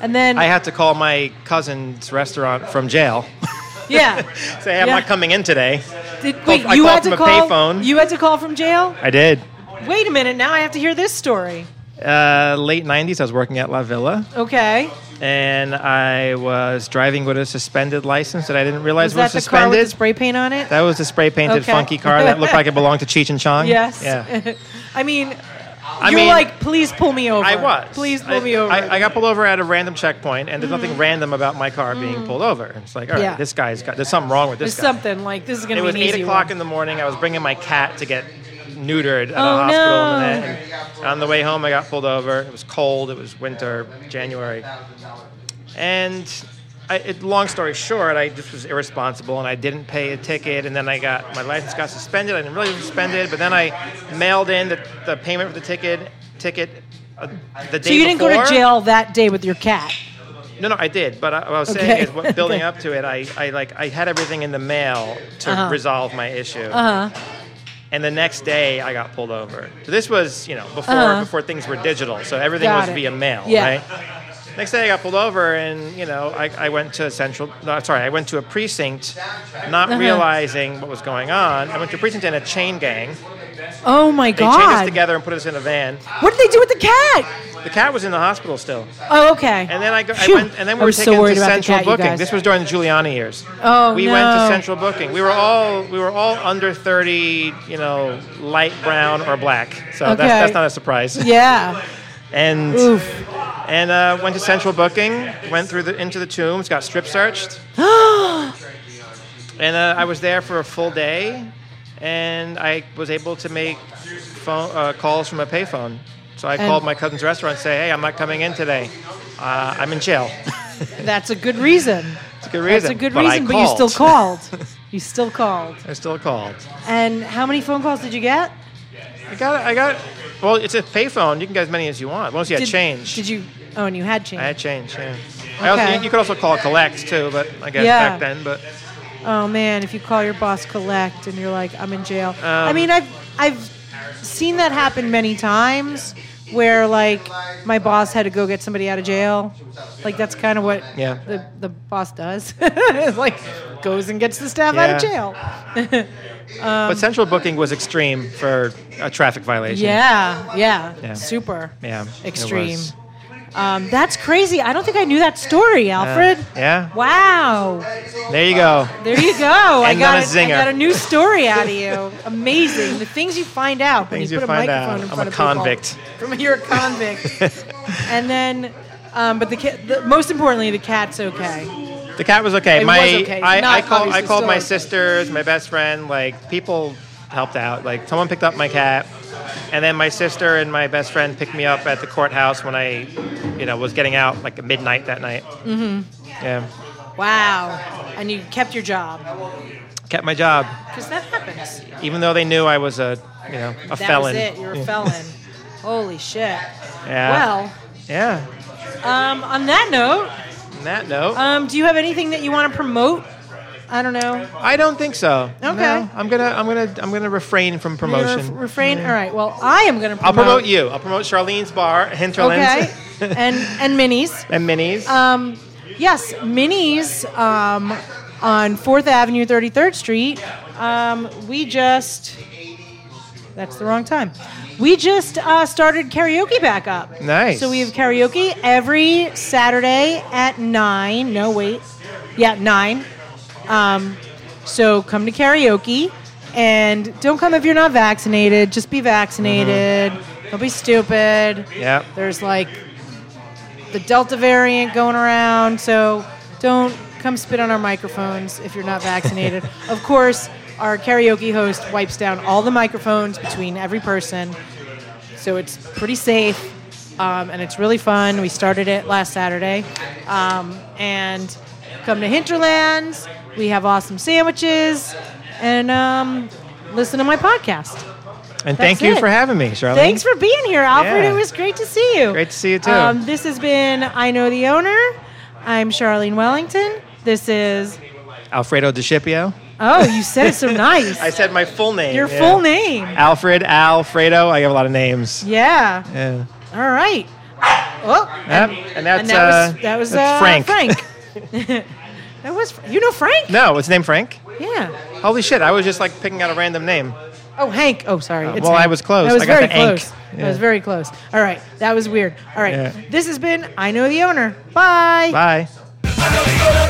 Speaker 1: And then
Speaker 2: I had to call my cousin's restaurant from jail.
Speaker 1: yeah.
Speaker 2: Say, hey, I'm
Speaker 1: Yeah.
Speaker 2: not coming in today.
Speaker 1: Did, wait,
Speaker 2: I
Speaker 1: you
Speaker 2: called
Speaker 1: had to
Speaker 2: from a
Speaker 1: call.
Speaker 2: payphone.
Speaker 1: You had to call from jail.
Speaker 2: I did.
Speaker 1: Wait a minute. Now I have to hear this story.
Speaker 2: Uh, late 90s, I was working at La Villa,
Speaker 1: Okay.
Speaker 2: and I was driving with a suspended license that I didn't realize
Speaker 1: Was
Speaker 2: was,
Speaker 1: that the car with
Speaker 2: suspended.
Speaker 1: the spray paint on it?
Speaker 2: that was the spray painted
Speaker 1: Okay.
Speaker 2: funky car that looked like it belonged to Cheech and Chong.
Speaker 1: yes.
Speaker 2: Yeah.
Speaker 1: I mean,
Speaker 2: I
Speaker 1: you were
Speaker 2: mean,
Speaker 1: like, please pull me over.
Speaker 2: I was.
Speaker 1: Please pull
Speaker 2: I-
Speaker 1: me over.
Speaker 2: I, I got pulled over at a random checkpoint, and there's nothing random about my car being pulled over. It's like, all right,
Speaker 1: Mm. Yeah.
Speaker 2: this guy's got there's something wrong with this
Speaker 1: There's
Speaker 2: guy.
Speaker 1: something like this is gonna
Speaker 2: It
Speaker 1: be
Speaker 2: was
Speaker 1: an
Speaker 2: eight
Speaker 1: easy
Speaker 2: o'clock
Speaker 1: one.
Speaker 2: in the morning. I was bringing my cat to get neutered at a
Speaker 1: Oh,
Speaker 2: hospital.
Speaker 1: no.
Speaker 2: And that- and on the way home, I got pulled over. It was cold. It was winter, January, and. I, it, long story short, I just was irresponsible and I didn't pay a ticket, and then I got my license got suspended. I didn't really suspended, but then I mailed in the, the payment for the ticket ticket uh, the day
Speaker 1: so you didn't go to
Speaker 2: before.
Speaker 1: jail that day with your cat.
Speaker 2: No, no, I did. But I, what I was
Speaker 1: Okay.
Speaker 2: saying is, what, building up to it, I, I like I had everything in the mail to
Speaker 1: Uh-huh.
Speaker 2: resolve my issue,
Speaker 1: Uh huh.
Speaker 2: and the next day I got pulled over. So this was, you know, before
Speaker 1: Uh-huh.
Speaker 2: before things were digital, so everything
Speaker 1: Got
Speaker 2: was
Speaker 1: it.
Speaker 2: via mail,
Speaker 1: Yeah.
Speaker 2: right? Next day I got pulled over, and you know, I, I went to central. No, sorry, I went to a precinct, not
Speaker 1: Uh-huh.
Speaker 2: realizing what was going on. I went to a precinct in a chain gang.
Speaker 1: Oh my
Speaker 2: They chained us
Speaker 1: god.
Speaker 2: together and put us in a van.
Speaker 1: What did they do with the cat?
Speaker 2: The cat was in the hospital still.
Speaker 1: Oh okay.
Speaker 2: And then I, go, I
Speaker 1: Phew.
Speaker 2: went, and then we
Speaker 1: I
Speaker 2: were
Speaker 1: was
Speaker 2: taken
Speaker 1: so worried
Speaker 2: to
Speaker 1: about
Speaker 2: central
Speaker 1: the cat, you
Speaker 2: booking.
Speaker 1: guys.
Speaker 2: This was during the Giuliani years.
Speaker 1: Oh,
Speaker 2: We went to
Speaker 1: no.
Speaker 2: central booking. We were all we were all under thirty, you know, light brown or black. So
Speaker 1: Okay.
Speaker 2: that's, that's not a surprise.
Speaker 1: yeah.
Speaker 2: And
Speaker 1: Oof.
Speaker 2: and uh, went to central booking. Went through the into the tombs. Got strip searched.
Speaker 1: Oh,
Speaker 2: and uh, I was there for a full day, and I was able to make phone uh, calls from a payphone. So I called my cousin's restaurant and say, "Hey, I'm not coming in today. Uh, I'm in jail."
Speaker 1: That's a good reason.
Speaker 2: It's a good
Speaker 1: That's
Speaker 2: reason.
Speaker 1: a good
Speaker 2: but I
Speaker 1: reason, but you still called. you still called.
Speaker 2: I still called.
Speaker 1: And how many phone calls did you get?
Speaker 2: I got. I got. Well, it's a payphone. You can get as many as you want. Once you had
Speaker 1: Did-
Speaker 2: change,
Speaker 1: Did you? Oh, and you had change.
Speaker 2: I had change. Yeah. I also,
Speaker 1: Okay.
Speaker 2: you could also call collect too, but I guess
Speaker 1: Yeah.
Speaker 2: back then. But
Speaker 1: oh man, if you call your boss collect and you're like, I'm in jail. I
Speaker 2: Um,
Speaker 1: mean, I've I've seen that happen many times where like my boss had to go get somebody out of jail. Like that's kind of what
Speaker 2: Yeah.
Speaker 1: the the boss does. it's like goes and gets the staff out of
Speaker 2: Yeah.
Speaker 1: jail. Um,
Speaker 2: but central booking was extreme for a traffic violation.
Speaker 1: Yeah, yeah,
Speaker 2: Yeah.
Speaker 1: super.
Speaker 2: Yeah, it
Speaker 1: extreme.
Speaker 2: was.
Speaker 1: Um, that's crazy. I don't think I knew that story, Alfred.
Speaker 2: Uh, yeah.
Speaker 1: Wow.
Speaker 2: There you go.
Speaker 1: There you go. I
Speaker 2: And
Speaker 1: got
Speaker 2: not a
Speaker 1: a, I
Speaker 2: zinger.
Speaker 1: got a new story out of you. Amazing. The things you find out when
Speaker 2: Things
Speaker 1: you
Speaker 2: you
Speaker 1: put a
Speaker 2: find
Speaker 1: microphone
Speaker 2: out.
Speaker 1: in
Speaker 2: I'm
Speaker 1: front
Speaker 2: a
Speaker 1: of people.
Speaker 2: convict.
Speaker 1: From you're a convict. and then, um, but the, ca- the most importantly, the cat's okay.
Speaker 2: The cat was okay.
Speaker 1: It
Speaker 2: my
Speaker 1: was okay.
Speaker 2: I,
Speaker 1: Not
Speaker 2: I called I
Speaker 1: obviously
Speaker 2: called my
Speaker 1: still-
Speaker 2: sisters, my best friend, like people helped out. Like someone picked up my cat. And then my sister and my best friend picked me up at the courthouse when I, you know, was getting out like at midnight that night. Mm-hmm. Yeah,
Speaker 1: Wow. And you kept your job
Speaker 2: kept my job
Speaker 1: because that happens.
Speaker 2: even though they knew I was a, you know, a
Speaker 1: that was
Speaker 2: felon.
Speaker 1: it. You're a felon. Holy shit.
Speaker 2: Yeah.
Speaker 1: Well,
Speaker 2: Yeah.
Speaker 1: um, on that note,
Speaker 2: On that note,
Speaker 1: um, do you have anything that you want to promote? I don't know.
Speaker 2: I don't think so. No,
Speaker 1: okay.
Speaker 2: I'm gonna I'm gonna I'm gonna refrain from promotion.
Speaker 1: Re- refrain. All right. Well, I am going to
Speaker 2: I'll promote you. I'll promote Charlene's bar, Hinterlands,
Speaker 1: Okay. and and minis.
Speaker 2: and Minnie's.
Speaker 1: Um, yes, minis um, on Fourth Avenue, Thirty Third Street. Um, we just. That's the wrong time. We just uh, started karaoke back up.
Speaker 2: Nice.
Speaker 1: So we have karaoke every Saturday at nine. No wait, yeah nine. Um, so come to karaoke, and don't come if you're not vaccinated. Just be vaccinated. Don't be stupid.
Speaker 2: Yep.
Speaker 1: There's like the Delta variant going around, so don't come spit on our microphones if you're not vaccinated. of course, our karaoke host wipes down all the microphones between every person, so it's pretty safe um, and it's really fun. We started it last Saturday. Um, and come to Hinterlands, we have awesome sandwiches, and um, listen to my podcast.
Speaker 2: and thank
Speaker 1: that's
Speaker 2: you
Speaker 1: it.
Speaker 2: for having me, Charlene.
Speaker 1: Thanks for being here, Alfred.
Speaker 2: Yeah.
Speaker 1: It was great to see you.
Speaker 2: Great to see you, too.
Speaker 1: Um, this has been I Know the Owner. I'm Charlene Wellington. This is.
Speaker 2: Alfredo DiCipio.
Speaker 1: Oh, you said it so nice.
Speaker 2: I said my full name.
Speaker 1: Your
Speaker 2: yeah.
Speaker 1: full name.
Speaker 2: Alfred, Alfredo. I have a lot of names.
Speaker 1: Yeah.
Speaker 2: Yeah.
Speaker 1: All right. Oh,
Speaker 2: Yep, And that's
Speaker 1: and that
Speaker 2: uh,
Speaker 1: was that was
Speaker 2: that's
Speaker 1: uh,
Speaker 2: Frank.
Speaker 1: Frank. that was Fr- you know Frank.
Speaker 2: No, it's named Frank.
Speaker 1: Yeah.
Speaker 2: Holy shit! I was just like picking out a random name.
Speaker 1: Oh, Hank. Oh, sorry. It's
Speaker 2: Uh, well, I
Speaker 1: Hank.
Speaker 2: was close.
Speaker 1: That was
Speaker 2: I got
Speaker 1: very
Speaker 2: the ank.
Speaker 1: close.
Speaker 2: Yeah.
Speaker 1: That was very close. All right. That was weird. All right.
Speaker 2: Yeah.
Speaker 1: This has been I know the owner. Bye.
Speaker 2: Bye.
Speaker 4: I know the owner.